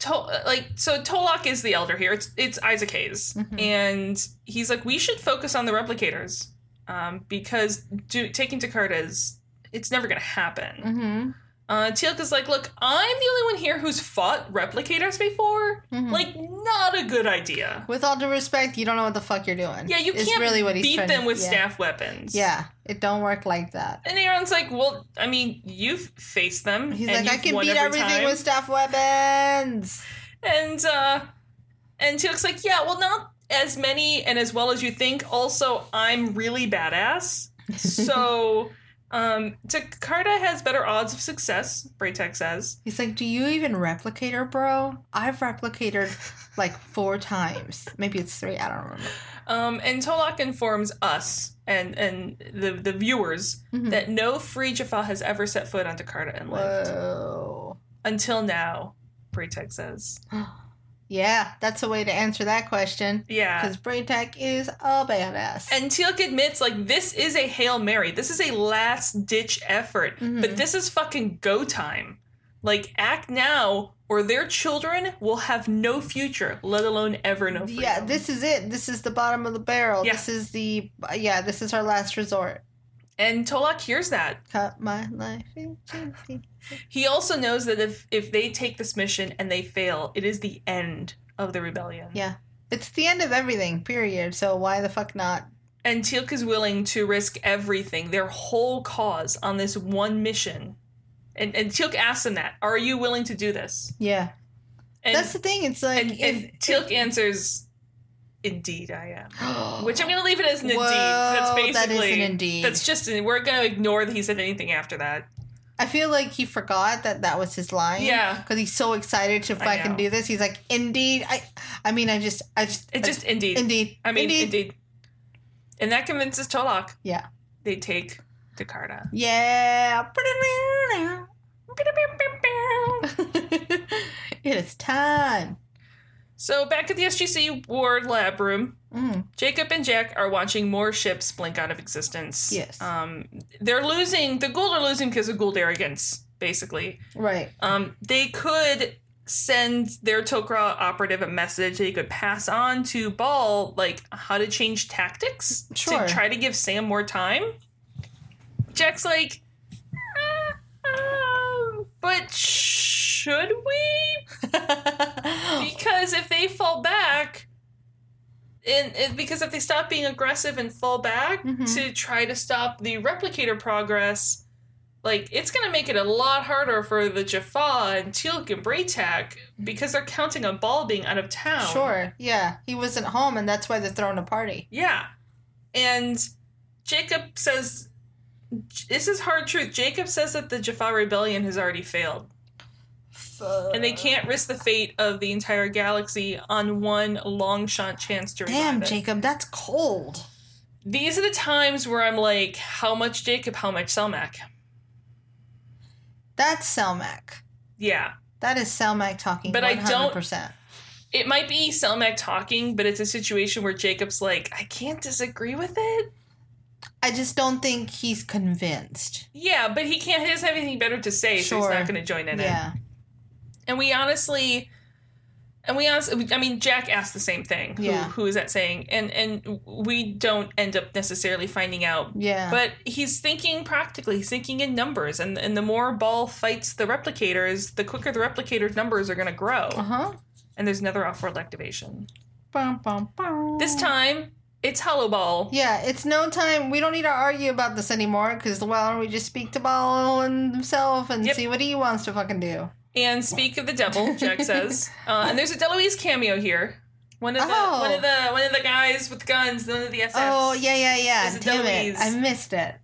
Speaker 2: to- like, so Tolok is the elder here. It's it's Isaac Hayes,
Speaker 3: Mhm.
Speaker 2: and he's like, we should focus on the replicators, um, because do- taking Takarta is it's never gonna happen.
Speaker 3: Mm-hmm.
Speaker 2: Uh, Teal'c is like, look, I'm the only one here who's fought replicators before.
Speaker 3: Mhm.
Speaker 2: Like, not a good idea.
Speaker 3: With all due respect, you don't know what the fuck you're doing.
Speaker 2: Yeah, you
Speaker 3: Is
Speaker 2: can't
Speaker 3: really what he's
Speaker 2: beat
Speaker 3: trying
Speaker 2: them
Speaker 3: to,
Speaker 2: with
Speaker 3: yeah.
Speaker 2: staff weapons.
Speaker 3: Yeah, it don't work like that.
Speaker 2: And Aaron's like, well, I mean, you've faced them.
Speaker 3: He's
Speaker 2: and
Speaker 3: like, I
Speaker 2: you've
Speaker 3: can
Speaker 2: won
Speaker 3: beat
Speaker 2: every
Speaker 3: everything
Speaker 2: time."
Speaker 3: with staff weapons.
Speaker 2: And uh and Teal'c's like, yeah, well, not as many and as well as you think. Also, I'm really badass. So um Takarta has better odds of success, Braytek says.
Speaker 3: He's like, do you even replicator, bro? I've replicated like four times. Maybe it's three. I don't remember.
Speaker 2: Um and Tolok informs us and and the the viewers
Speaker 3: Mhm.
Speaker 2: that no free Jaffa has ever set foot on Takarta and lived.
Speaker 3: Whoa.
Speaker 2: Until now, Braytek says.
Speaker 3: Yeah, that's a way to answer that question.
Speaker 2: Yeah.
Speaker 3: Because Braytech is a badass.
Speaker 2: And Teal'c admits, like, this is a Hail Mary. This is a last ditch effort.
Speaker 3: Mhm.
Speaker 2: But this is fucking go time. Like, act now, or their children will have no future, let alone ever know freedom.
Speaker 3: yeah, this is it. This is the bottom of the barrel.
Speaker 2: Yeah.
Speaker 3: This is the yeah. This is our last resort.
Speaker 2: And Tolok hears that.
Speaker 3: Cut my life. in pieces.
Speaker 2: He also knows that if, if they take this mission and they fail, it is the end of the rebellion.
Speaker 3: Yeah. It's the end of everything. Period. So why the fuck not?
Speaker 2: And Teal'c is willing to risk everything, their whole cause, on this one mission. And, and Teal'c asks him that. Are you willing to do this?
Speaker 3: Yeah.
Speaker 2: And
Speaker 3: that's the thing. It's like
Speaker 2: and,
Speaker 3: if-
Speaker 2: and Teal'c answers, "Indeed, I am," which I'm going to leave it as an
Speaker 3: Oh. Whoa,
Speaker 2: indeed. That's
Speaker 3: that is an
Speaker 2: basically
Speaker 3: indeed.
Speaker 2: That's just we're going to ignore that he said anything after that.
Speaker 3: I feel like he forgot that that was his line.
Speaker 2: Yeah.
Speaker 3: because he's so excited to
Speaker 2: I
Speaker 3: fucking
Speaker 2: know.
Speaker 3: do this. He's like, indeed. I, I mean, I just, I just,
Speaker 2: It just indeed.
Speaker 3: indeed.
Speaker 2: I mean, indeed. and that convinces Tolok.
Speaker 3: Yeah.
Speaker 2: they take Jakarta.
Speaker 3: Yeah. it is time.
Speaker 2: So back at the SGC Ward lab room.
Speaker 3: Mm.
Speaker 2: Jacob and Jack are watching more ships blink out of existence.
Speaker 3: Yes.
Speaker 2: Um, they're losing, the Gould are losing because of Gould arrogance, basically.
Speaker 3: Right.
Speaker 2: Um, they could send their Tokra operative a message they could pass on to Ball, like how to change tactics
Speaker 3: Sure.
Speaker 2: to try to give Sam more time. Jack's like, "Uh, but should we? Because if they fall back. And, and because if they stop being aggressive and fall back
Speaker 3: Mhm.
Speaker 2: to try to stop the replicator progress, like it's going to make it a lot harder for the Jaffa and Teal'c and Braytak because they're counting on Bal being out of town.
Speaker 3: Sure. Yeah. He wasn't home, and that's why they're throwing a party.
Speaker 2: Yeah. And Jacob says this is hard truth. Jacob says that the Jaffa rebellion has already failed. And they can't risk the fate of the entire galaxy on one long shot chance to revive
Speaker 3: Damn,
Speaker 2: it.
Speaker 3: Jacob, that's cold.
Speaker 2: These are the times where I'm like, how much Jacob, how much Selmac?
Speaker 3: That's Selmac.
Speaker 2: Yeah.
Speaker 3: That is Selmac talking.
Speaker 2: But I don't-
Speaker 3: 100%.
Speaker 2: It might be Selmac talking, but it's a situation where Jacob's like, I can't disagree with it.
Speaker 3: I just don't think he's convinced.
Speaker 2: Yeah, but he can't he doesn't have anything better to say, so he's
Speaker 3: Sure.
Speaker 2: not gonna join in it.
Speaker 3: yeah.
Speaker 2: And we honestly and we honestly I mean Jack asked the same thing. Who,
Speaker 3: Yeah.
Speaker 2: who is that saying? And and we don't end up necessarily finding out
Speaker 3: Yeah.
Speaker 2: But he's thinking practically. He's thinking in numbers, and and the more Ball fights the replicators, the quicker the replicator's numbers are going to grow.
Speaker 3: uh huh.
Speaker 2: And there's another off-world activation.
Speaker 3: Bum, bum, bum.
Speaker 2: This time, it's Hollow Ball.
Speaker 3: Yeah, it's no time. We don't need to argue about this anymore because, well, we just speak to Ball and himself and
Speaker 2: Yep.
Speaker 3: see what he wants to fucking do.
Speaker 2: And speak of the devil, Jack says. Uh, and there's a Deloise cameo here. One of the
Speaker 3: Oh.
Speaker 2: one of the one of the guys with guns, none of the SS.
Speaker 3: Oh, yeah, yeah, yeah.
Speaker 2: Is it
Speaker 3: Damn it.
Speaker 2: Deloise?
Speaker 3: I missed it.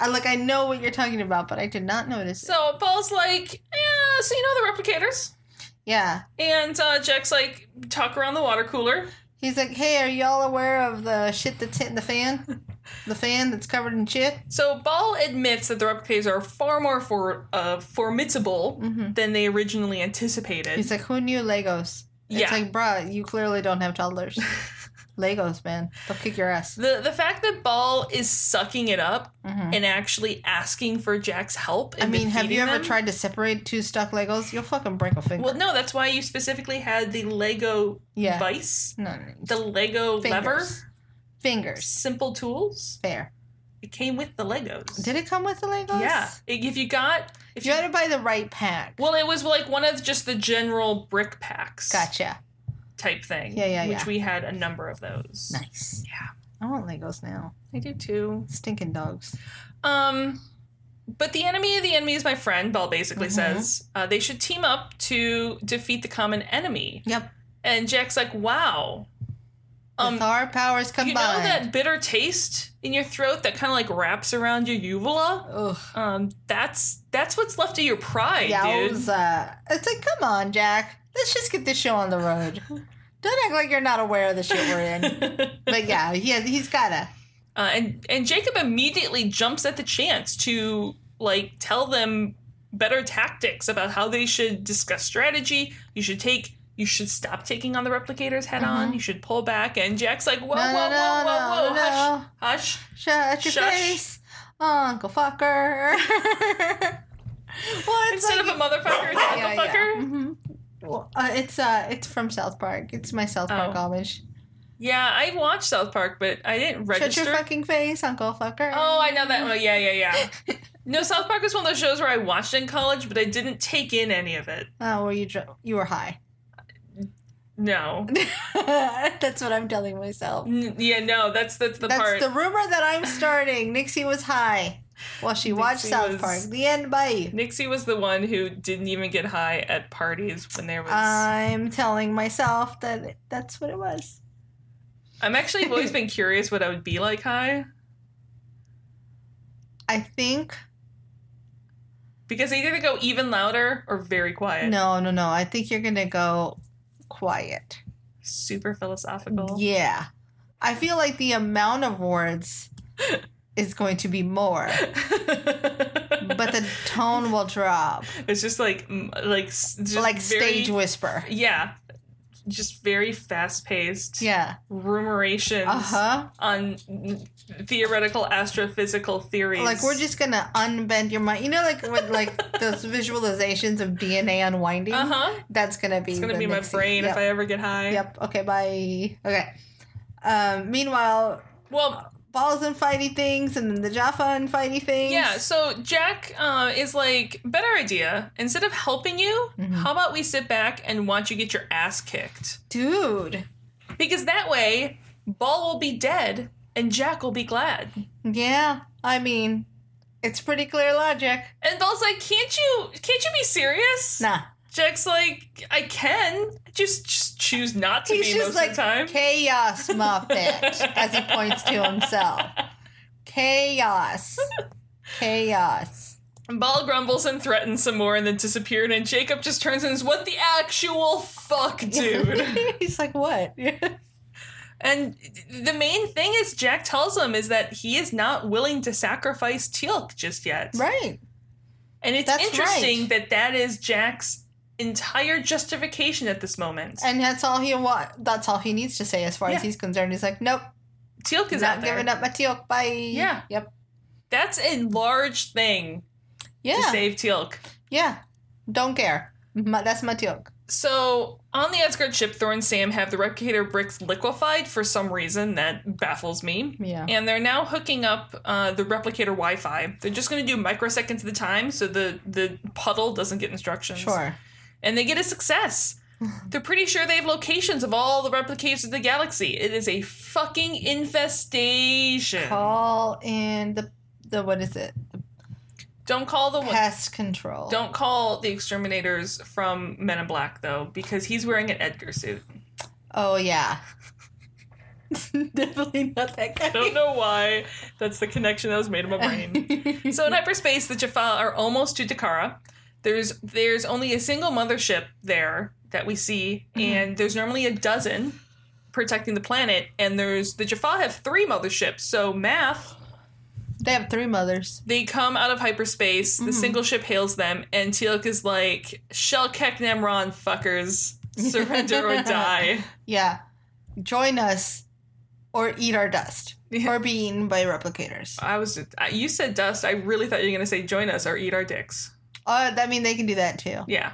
Speaker 3: I, look, I know what you're talking about, but I did not notice it.
Speaker 2: So Ball's like, yeah, so you know the replicators.
Speaker 3: Yeah.
Speaker 2: And uh, Jack's like, talk around the water cooler.
Speaker 3: He's like, hey, are y'all aware of the shit that's hitting the fan? the fan that's covered in shit?
Speaker 2: So Ball admits that the replicators are far more for, uh, formidable
Speaker 3: Mm-hmm.
Speaker 2: than they originally anticipated.
Speaker 3: He's like, who knew Legos?
Speaker 2: Yeah.
Speaker 3: It's like, bruh, you clearly don't have toddlers. Legos, man. They'll kick your ass. Mm-hmm.
Speaker 2: the the fact that Ball is sucking it up and actually asking for Jack's help. in
Speaker 3: I mean, have you
Speaker 2: defeating
Speaker 3: ever
Speaker 2: them-
Speaker 3: tried to separate two stuck Legos? You'll fucking break a finger.
Speaker 2: Well, no, that's why you specifically had the Lego
Speaker 3: Yeah.
Speaker 2: vice,
Speaker 3: no, no, no.
Speaker 2: the Lego
Speaker 3: Fingers.
Speaker 2: lever,
Speaker 3: Fingers.
Speaker 2: simple tools.
Speaker 3: Fair.
Speaker 2: It came with the Legos.
Speaker 3: Did it come with the Legos?
Speaker 2: yeah, If if you got if
Speaker 3: You had to buy the right pack.
Speaker 2: well, it was like one of just the general brick packs
Speaker 3: Gotcha.
Speaker 2: type thing.
Speaker 3: Yeah, yeah,
Speaker 2: which
Speaker 3: yeah.
Speaker 2: we had a number of those.
Speaker 3: Nice.
Speaker 2: Yeah.
Speaker 3: I want Legos now.
Speaker 2: I do too.
Speaker 3: Stinking dogs.
Speaker 2: Um, but the enemy of the enemy is my friend. Bell basically
Speaker 3: Mm-hmm.
Speaker 2: says uh, they should team up to defeat the common enemy.
Speaker 3: Yep.
Speaker 2: And Jack's like, "Wow, Um,
Speaker 3: with our powers combined.
Speaker 2: you know that bitter taste in your throat that kind of like wraps around your uvula.
Speaker 3: Ugh.
Speaker 2: Um, that's that's what's left of your pride, dude.
Speaker 3: Yowza. It's like, come on, Jack. Let's just get this show on the road. Don't act like you're not aware of the shit we're in. but yeah, he has, he's gotta.
Speaker 2: Uh, and and Jacob immediately jumps at the chance to like tell them better tactics about how they should discuss strategy. You should take. You should stop taking on the replicators head on. You should pull back. And Jack's like, whoa,
Speaker 3: Mm-hmm. No,
Speaker 2: whoa,
Speaker 3: no,
Speaker 2: whoa,
Speaker 3: no,
Speaker 2: whoa, whoa,
Speaker 3: no, no.
Speaker 2: hush, hush.
Speaker 3: Shut your
Speaker 2: Shush.
Speaker 3: face, Uncle Fucker. well, it's
Speaker 2: Instead
Speaker 3: like,
Speaker 2: of a motherfucker, it's
Speaker 3: Yeah,
Speaker 2: uncle fucker.
Speaker 3: yeah.
Speaker 2: Yeah.
Speaker 3: Mhm. Well, uh, it's uh, it's from South Park. It's my South Park
Speaker 2: Oh.
Speaker 3: homage.
Speaker 2: I watched South Park, but I didn't
Speaker 3: Shut
Speaker 2: register.
Speaker 3: your fucking face, Uncle Fucker.
Speaker 2: oh, I know that. one. yeah, yeah, yeah. no, South Park was one of those shows where I watched in college, but I didn't take in any of it.
Speaker 3: Oh, were you dr- you were high?
Speaker 2: No.
Speaker 3: That's what I'm telling myself.
Speaker 2: N- yeah, no. That's that's the
Speaker 3: That's
Speaker 2: part.
Speaker 3: the rumor that I'm starting. Nixie was high while she watched
Speaker 2: Nixie
Speaker 3: South
Speaker 2: was-
Speaker 3: Park. The end. Bye.
Speaker 2: Nixie was the one who didn't even get high at parties when there was.
Speaker 3: I'm telling myself that that's what it was.
Speaker 2: I'm actually I've always been curious what I would be like high
Speaker 3: I think
Speaker 2: because I either go even louder or very quiet.
Speaker 3: no, no, no. I think you're gonna go quiet.
Speaker 2: Super philosophical.
Speaker 3: Yeah. I feel like the amount of words is going to be more, but the tone will drop.
Speaker 2: it's just like mm, like s- just
Speaker 3: like
Speaker 2: very-
Speaker 3: stage whisper.
Speaker 2: Yeah. Just very fast paced.
Speaker 3: Yeah.
Speaker 2: Rumorations
Speaker 3: Uh huh.
Speaker 2: on mm, theoretical astrophysical theories.
Speaker 3: Like we're just gonna unbend your mind. You know, like with like those visualizations of DNA unwinding.
Speaker 2: Uh huh.
Speaker 3: That's gonna be.
Speaker 2: It's gonna
Speaker 3: the
Speaker 2: be my
Speaker 3: next-
Speaker 2: brain
Speaker 3: Yep.
Speaker 2: if I ever get high.
Speaker 3: Yep. Okay. Bye. Okay. Um, meanwhile,
Speaker 2: Well,
Speaker 3: balls and fighty things, and then the Jaffa and fighty things.
Speaker 2: Yeah, so Jack uh, is like, better idea. Instead of helping you,
Speaker 3: Mm-hmm.
Speaker 2: how about we sit back and watch you get your ass kicked?
Speaker 3: Dude.
Speaker 2: Because that way, Ball will be dead and Jack will be glad.
Speaker 3: Yeah. I mean, It's pretty clear logic.
Speaker 2: And Belle's like, "Can't you? Can't you be serious?"
Speaker 3: Nah.
Speaker 2: Jack's like, "I can. Just, just choose not to
Speaker 3: He's
Speaker 2: be
Speaker 3: just
Speaker 2: most
Speaker 3: like
Speaker 2: of the time."
Speaker 3: chaos Muppet as he points to himself. Chaos. Chaos.
Speaker 2: And Ball grumbles and threatens some more, and then disappeared. And Jacob just turns and is, "What the actual fuck, dude?"
Speaker 3: He's like, what?
Speaker 2: And the main thing is Jack tells him is that he is not willing to sacrifice Teal'c just yet.
Speaker 3: Right.
Speaker 2: And it's
Speaker 3: That's
Speaker 2: interesting that that is Jack's entire justification at this moment.
Speaker 3: And that's all he want. That's all he needs to say as far
Speaker 2: Yeah.
Speaker 3: as he's concerned. He's like, nope,
Speaker 2: Teal'c is
Speaker 3: not
Speaker 2: out there.
Speaker 3: giving up my teal. Bye.
Speaker 2: Yeah.
Speaker 3: Yep.
Speaker 2: That's a large thing to
Speaker 3: Yeah.
Speaker 2: save Teal'c.
Speaker 3: Yeah. Don't care.
Speaker 2: Mm-hmm.
Speaker 3: My, that's my teal.
Speaker 2: So on the Asgard ship, Thor and Sam have the replicator bricks liquefied for some reason that baffles me.
Speaker 3: Yeah.
Speaker 2: And they're now hooking up uh, the replicator Wi-Fi. They're just going to do microseconds at a time, so the the puddle doesn't get instructions.
Speaker 3: Sure.
Speaker 2: and they get a success. They're pretty sure they have locations of all the replicators of the galaxy. It is a fucking infestation.
Speaker 3: Call in the the what is it?
Speaker 2: Don't call the one.
Speaker 3: Pest control.
Speaker 2: Don't call the exterminators from Men in Black though, because he's wearing an Edgar suit.
Speaker 3: Oh yeah. Definitely not that guy.
Speaker 2: I don't know why. That's the connection that was made in my brain. so in hyperspace, the Jaffa are almost to Takara. There's there's only a single mothership there that we see, and there's normally a dozen protecting the planet. And there's the Jaffa have three motherships. So math,
Speaker 3: They have three mothers.
Speaker 2: they come out of hyperspace. The single ship hails them, and Teal'c is like, "Shell Kek Nemron, fuckers, surrender or die."
Speaker 3: Yeah. Join us or eat our dust. Or be eaten by replicators.
Speaker 2: I was I- you said dust. I really thought you were gonna say join us or eat our dicks.
Speaker 3: Oh, that mean they can do that too.
Speaker 2: Yeah.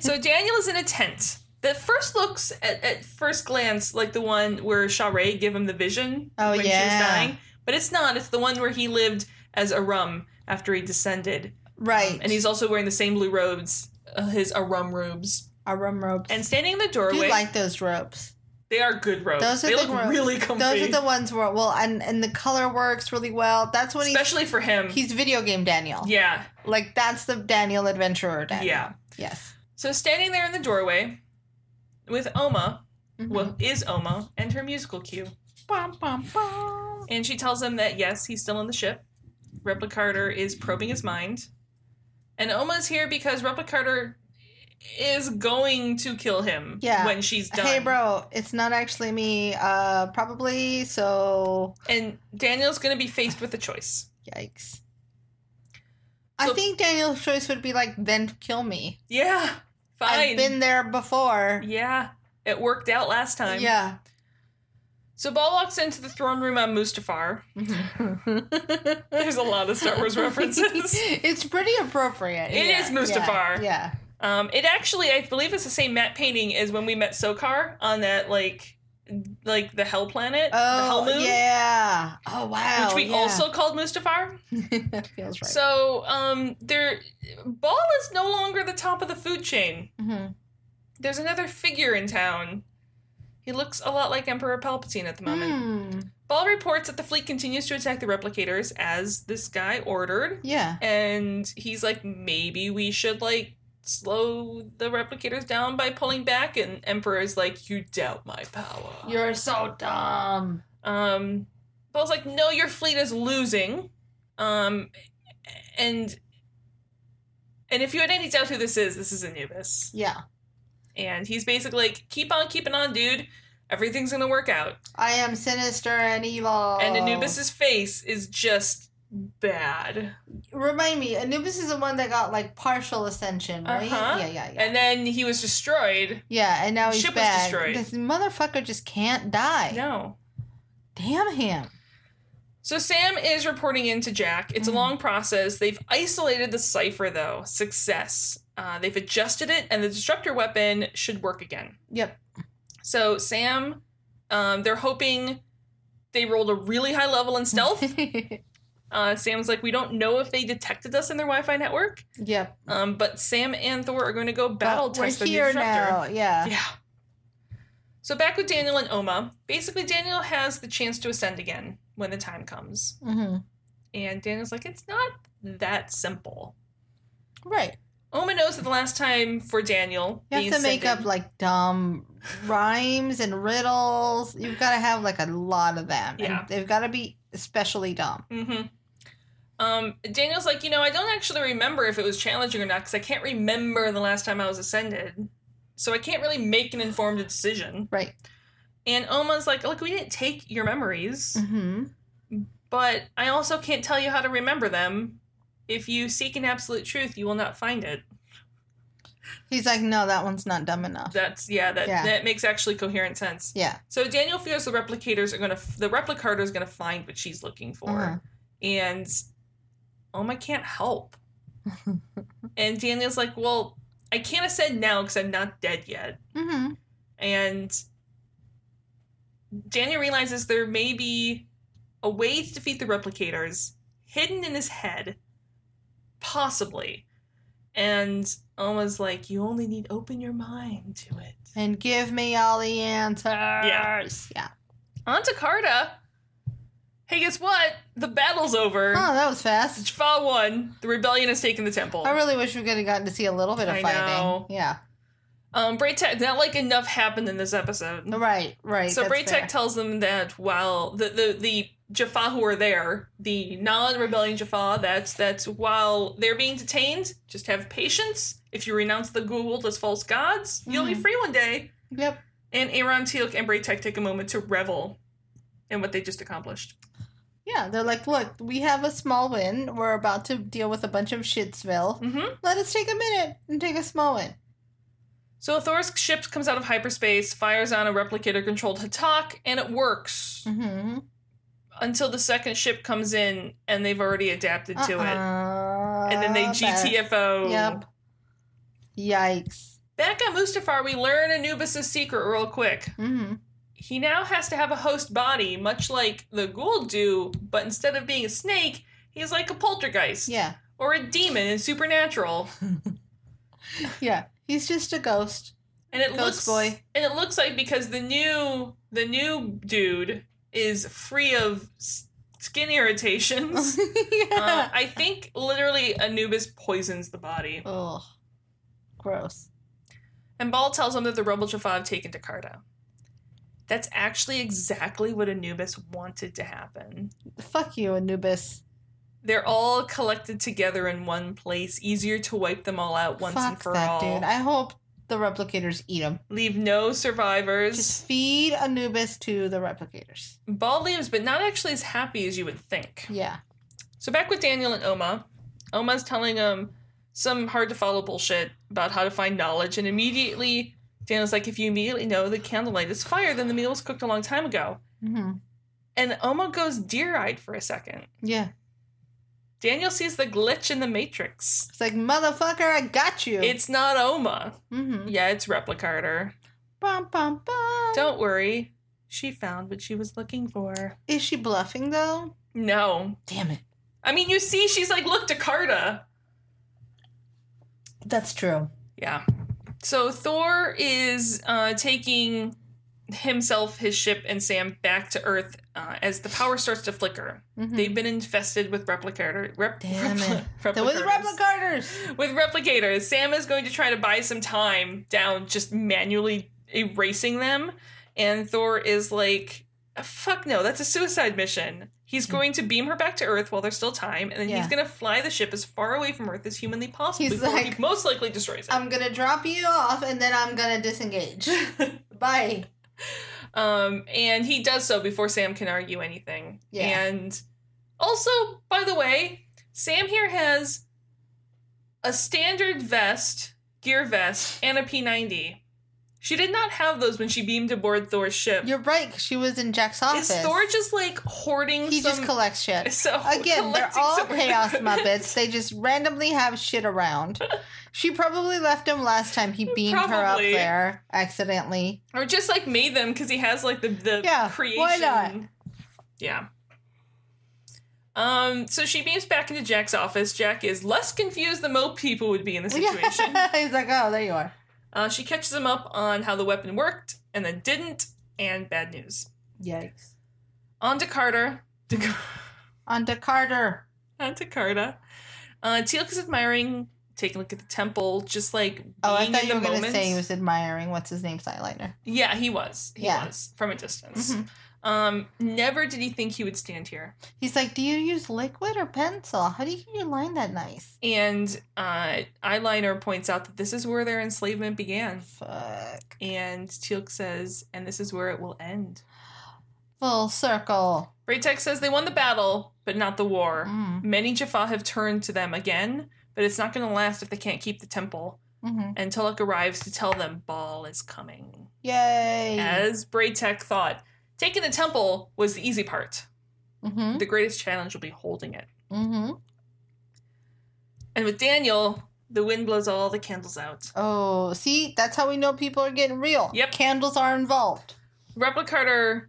Speaker 2: so Daniel is in a tent that first looks at, at first glance like the one where Sharae gave him the vision
Speaker 3: Oh,
Speaker 2: when she
Speaker 3: yeah.
Speaker 2: was dying, but it's not. It's the one where he lived as Arum after he descended,
Speaker 3: Right.
Speaker 2: and he's also wearing the same blue robes, uh, his Arum robes,
Speaker 3: our rum ropes.
Speaker 2: and standing in the
Speaker 3: I do
Speaker 2: doorway.
Speaker 3: like those ropes.
Speaker 2: they are good robes.
Speaker 3: Those are
Speaker 2: they
Speaker 3: the
Speaker 2: look
Speaker 3: ro-
Speaker 2: really comfy,
Speaker 3: Those are the ones where well and and the color works really well. That's when he's
Speaker 2: especially for him.
Speaker 3: he's video game Daniel.
Speaker 2: yeah,
Speaker 3: Like that's the Daniel adventurer Daniel.
Speaker 2: yeah.
Speaker 3: Yes.
Speaker 2: So standing there in the doorway with Oma,
Speaker 3: Mm-hmm.
Speaker 2: well, is Oma and her musical cue.
Speaker 3: Bum, bum, bum.
Speaker 2: And she tells him that yes, he's still on the ship. Replicator is probing his mind. And Oma's here because Replicator is going to kill him
Speaker 3: Yeah.
Speaker 2: when she's done.
Speaker 3: Hey bro, it's not actually me, uh probably, so
Speaker 2: And Daniel's going to be faced with a choice.
Speaker 3: Yikes. I
Speaker 2: So-
Speaker 3: think Daniel's choice would be like, then kill me.
Speaker 2: Yeah. Fine.
Speaker 3: I've been there before.
Speaker 2: yeah. It worked out last time.
Speaker 3: Yeah.
Speaker 2: So Ball walks into the throne room on Mustafar. There's a lot of Star Wars references.
Speaker 3: it's pretty appropriate.
Speaker 2: It
Speaker 3: It
Speaker 2: is
Speaker 3: is
Speaker 2: Mustafar.
Speaker 3: Yeah.
Speaker 2: Um, it actually, I believe, is the same matte painting as when we met Sokar on that like, like the Hell planet, the Hell
Speaker 3: Oh,
Speaker 2: moon,
Speaker 3: yeah. Oh, wow.
Speaker 2: which we
Speaker 3: yeah.
Speaker 2: also called Mustafar.
Speaker 3: that feels right.
Speaker 2: So, um, there, Ball is no longer the top of the food chain.
Speaker 3: Mhm.
Speaker 2: There's another figure in town. He looks a lot like Emperor Palpatine at the moment.
Speaker 3: Hmm.
Speaker 2: Ball reports that the fleet continues to attack the replicators as this guy ordered,
Speaker 3: Yeah.
Speaker 2: and he's like, maybe we should like slow the replicators down by pulling back. And Emperor is like, you doubt my power.
Speaker 3: You're so dumb.
Speaker 2: Um, Ball's like, no, your fleet is losing. Um, and and if you had any doubt who this is, this is Anubis.
Speaker 3: Yeah.
Speaker 2: And he's basically like, keep on keeping on, dude. Everything's gonna work out.
Speaker 3: I am sinister and evil.
Speaker 2: And Anubis's face is just bad.
Speaker 3: Remind me, Anubis is the one that got like partial ascension, right?
Speaker 2: Uh-huh.
Speaker 3: Yeah, yeah, yeah.
Speaker 2: And then he was destroyed.
Speaker 3: Yeah, and now he's
Speaker 2: Ship was
Speaker 3: back.
Speaker 2: destroyed.
Speaker 3: This motherfucker just can't die.
Speaker 2: No.
Speaker 3: Damn him.
Speaker 2: So Sam is reporting in to Jack. It's a long process. They've isolated the cipher though. Success. Uh, they've adjusted it, and the disruptor weapon should work again.
Speaker 3: Yep.
Speaker 2: So Sam, um, they're hoping they rolled a really high level in stealth. uh, Sam's like, we don't know if they detected us in their Wi-Fi network,
Speaker 3: yep.
Speaker 2: um, but Sam and Thor are going to go battle
Speaker 3: But
Speaker 2: test
Speaker 3: We're
Speaker 2: the
Speaker 3: here
Speaker 2: disruptor.
Speaker 3: now. Yeah.
Speaker 2: Yeah. So back with Daniel and Oma. Basically, Daniel has the chance to ascend again when the time comes.
Speaker 3: hmm
Speaker 2: And Daniel's like, it's not that simple.
Speaker 3: Right.
Speaker 2: Oma knows that the last time for Daniel,
Speaker 3: You have
Speaker 2: being
Speaker 3: to make
Speaker 2: sent in-
Speaker 3: up like dumb rhymes and riddles. You've got to have like a lot of them.
Speaker 2: Yeah.
Speaker 3: And they've got to be especially dumb.
Speaker 2: Mm-hmm. Um, Daniel's like, you know, I don't actually remember if it was challenging or not because I can't remember the last time I was ascended. So I can't really make an informed decision.
Speaker 3: Right.
Speaker 2: And Oma's like, look, we didn't take your memories,
Speaker 3: Mm-hmm.
Speaker 2: but I also can't tell you how to remember them. If you seek an absolute truth, you will not find it.
Speaker 3: He's like, no, that one's not dumb enough.
Speaker 2: That's yeah, that
Speaker 3: Yeah.
Speaker 2: that makes actually coherent sense.
Speaker 3: yeah.
Speaker 2: So Daniel fears the replicators are gonna the replicator is gonna find what she's looking for,
Speaker 3: Uh-huh.
Speaker 2: and Oma can't help. and Daniel's like, "Well, I can't ascend now because I'm not dead yet."
Speaker 3: Mm-hmm.
Speaker 2: And Daniel realizes there may be a way to defeat the replicators hidden in his head, possibly. And Oma's like, "You only need open your mind to it."
Speaker 3: And give me all the answers. Yeah.
Speaker 2: on to Carta. Hey, guess what? The battle's over.
Speaker 3: Oh, that was fast.
Speaker 2: Jaffa won. The rebellion has taken the temple.
Speaker 3: I really wish we could have gotten to see a little bit of
Speaker 2: I
Speaker 3: fighting.
Speaker 2: know.
Speaker 3: Yeah.
Speaker 2: um, Braytech, not like enough happened in this episode.
Speaker 3: Right, right.
Speaker 2: so
Speaker 3: that's
Speaker 2: Braytech
Speaker 3: fair.
Speaker 2: tells them that while the the the Jaffa who are there, the non-rebellion Jaffa, that's that's while they're being detained, just have patience. If you renounce the Google as false gods, you'll be
Speaker 3: Mhm.
Speaker 2: free one day.
Speaker 3: Yep.
Speaker 2: And Aaron Teal'c and Braytech take a moment to revel in what they just accomplished.
Speaker 3: Yeah, they're like, look, we have a small win. We're about to deal with a bunch of shitsville.
Speaker 2: Mm-hmm.
Speaker 3: Let us take a minute and take a small win.
Speaker 2: So Thor's ship comes out of hyperspace, fires on a replicator controlled Hatak, and it works
Speaker 3: Mm-hmm.
Speaker 2: until the second ship comes in and they've already adapted to it. And then they GTFO.
Speaker 3: Ah, Uh-uh. Yep. Yikes.
Speaker 2: Back on Mustafar, we learn Anubis' secret real quick.
Speaker 3: Mm-hmm.
Speaker 2: He now has to have a host body, much like the Gould do, but instead of being a snake, he's like a poltergeist
Speaker 3: Yeah,
Speaker 2: or a demon in Supernatural.
Speaker 3: yeah. He's just a ghost.
Speaker 2: And it looks
Speaker 3: Ghost boy.
Speaker 2: and it looks like because the new the new dude is free of s- skin irritations. uh,
Speaker 3: yeah.
Speaker 2: I think literally Anubis poisons the body.
Speaker 3: Ugh. Gross.
Speaker 2: And Ball tells him that the rebel Jaffa have taken Jakarta. That's actually exactly what Anubis wanted to happen.
Speaker 3: Fuck you, Anubis.
Speaker 2: They're all collected together in one place, easier to wipe them all out once
Speaker 3: Fuck
Speaker 2: and for
Speaker 3: that
Speaker 2: all.
Speaker 3: dude. I hope the replicators eat him.
Speaker 2: Leave no survivors.
Speaker 3: Just feed Anubis to the replicators.
Speaker 2: Ball leaves, but not actually as happy as you would think.
Speaker 3: Yeah.
Speaker 2: So back with Daniel and Oma, Oma's telling him some hard to follow bullshit about how to find knowledge, and immediately Daniel's like, "If you immediately know the candlelight is fire, then the meal was cooked a long time ago."
Speaker 3: Mm-hmm.
Speaker 2: And Oma goes deer-eyed for a second.
Speaker 3: Yeah.
Speaker 2: Daniel sees the glitch in the matrix.
Speaker 3: It's like, motherfucker, I got you.
Speaker 2: It's not Oma.
Speaker 3: mm-hmm.
Speaker 2: Yeah, it's Replicator.
Speaker 3: Bum, bum, bum.
Speaker 2: Don't worry, she found what she was looking for.
Speaker 3: Is she bluffing though?
Speaker 2: No,
Speaker 3: Damn it.
Speaker 2: I mean you see, she's like, "Look, Jakarta."
Speaker 3: That's true.
Speaker 2: Yeah. So Thor is uh, taking himself, his ship, and Sam back to Earth uh, as the power starts to flicker.
Speaker 3: Mhm.
Speaker 2: They've been infested with replicator. Rep-
Speaker 3: Damn
Speaker 2: repli-
Speaker 3: it. There was
Speaker 2: replicators.
Speaker 3: replicators.
Speaker 2: With replicators, Sam is going to try to buy some time down just manually erasing them. And Thor is like, fuck no, that's a suicide mission. He's going to beam her back to Earth while there's still time, and then he's
Speaker 3: Hmm. Yeah.
Speaker 2: going to fly the ship as far away from Earth as humanly possible
Speaker 3: He's
Speaker 2: before
Speaker 3: like,
Speaker 2: he most likely destroys it.
Speaker 3: I'm gonna drop you off and then I'm gonna disengage. Bye.
Speaker 2: Um, and he does so before Sam can argue anything.
Speaker 3: Yeah.
Speaker 2: And also, by the way, Sam here has a standard vest, gear vest, and a P90. She did not have those when she beamed aboard Thor's ship.
Speaker 3: You're right. 'cause She was in Jack's
Speaker 2: Is
Speaker 3: office.
Speaker 2: Thor just like hoarding
Speaker 3: he
Speaker 2: some
Speaker 3: just collects shit.
Speaker 2: so
Speaker 3: Again, they're
Speaker 2: collecting
Speaker 3: all
Speaker 2: some-
Speaker 3: chaos muppets. They just randomly have shit around. She probably left him last time he beamed her up
Speaker 2: Probably.
Speaker 3: there accidentally.
Speaker 2: or just like made them because he has like the the
Speaker 3: Yeah,
Speaker 2: creation.
Speaker 3: why not?
Speaker 2: Yeah. Um. So she beams back into Jack's office. Jack is less confused than most people would be in the situation.
Speaker 3: He's like, oh, there you are.
Speaker 2: Uh, she catches him up on how the weapon worked and then didn't, and bad news.
Speaker 3: Yikes.
Speaker 2: On to Carter.
Speaker 3: On to Carter.
Speaker 2: on to Carta. Uh, Teal'c is admiring, taking a look at the temple, just like being
Speaker 3: Oh, I thought
Speaker 2: in the
Speaker 3: you were going to
Speaker 2: moment.
Speaker 3: say he was admiring what's his name's eyeliner.
Speaker 2: Yeah, he was. He
Speaker 3: Yeah. Mm-hmm.
Speaker 2: was from a distance. Um, never did he think he would stand here.
Speaker 3: He's like, Do you use liquid or pencil? How do you get your line that nice?
Speaker 2: And uh, eyeliner points out that this is where their enslavement began.
Speaker 3: Fuck.
Speaker 2: And Teal'c says, and this is where it will end.
Speaker 3: Full circle.
Speaker 2: Raytek says they won the battle, but not the war.
Speaker 3: Mm.
Speaker 2: Many Jaffa have turned to them again, but it's not going to last if they can't keep the temple.
Speaker 3: hmm
Speaker 2: And Tulloch arrives to tell them Baal is coming.
Speaker 3: Yay.
Speaker 2: As Braytek thought, taking the temple was the easy part.
Speaker 3: mm-hmm.
Speaker 2: The greatest challenge will be holding it.
Speaker 3: Mm-hmm.
Speaker 2: And with Daniel, the wind blows all the candles out.
Speaker 3: Oh, see, that's how we know people are getting real.
Speaker 2: Yep.
Speaker 3: Candles are involved.
Speaker 2: Replicator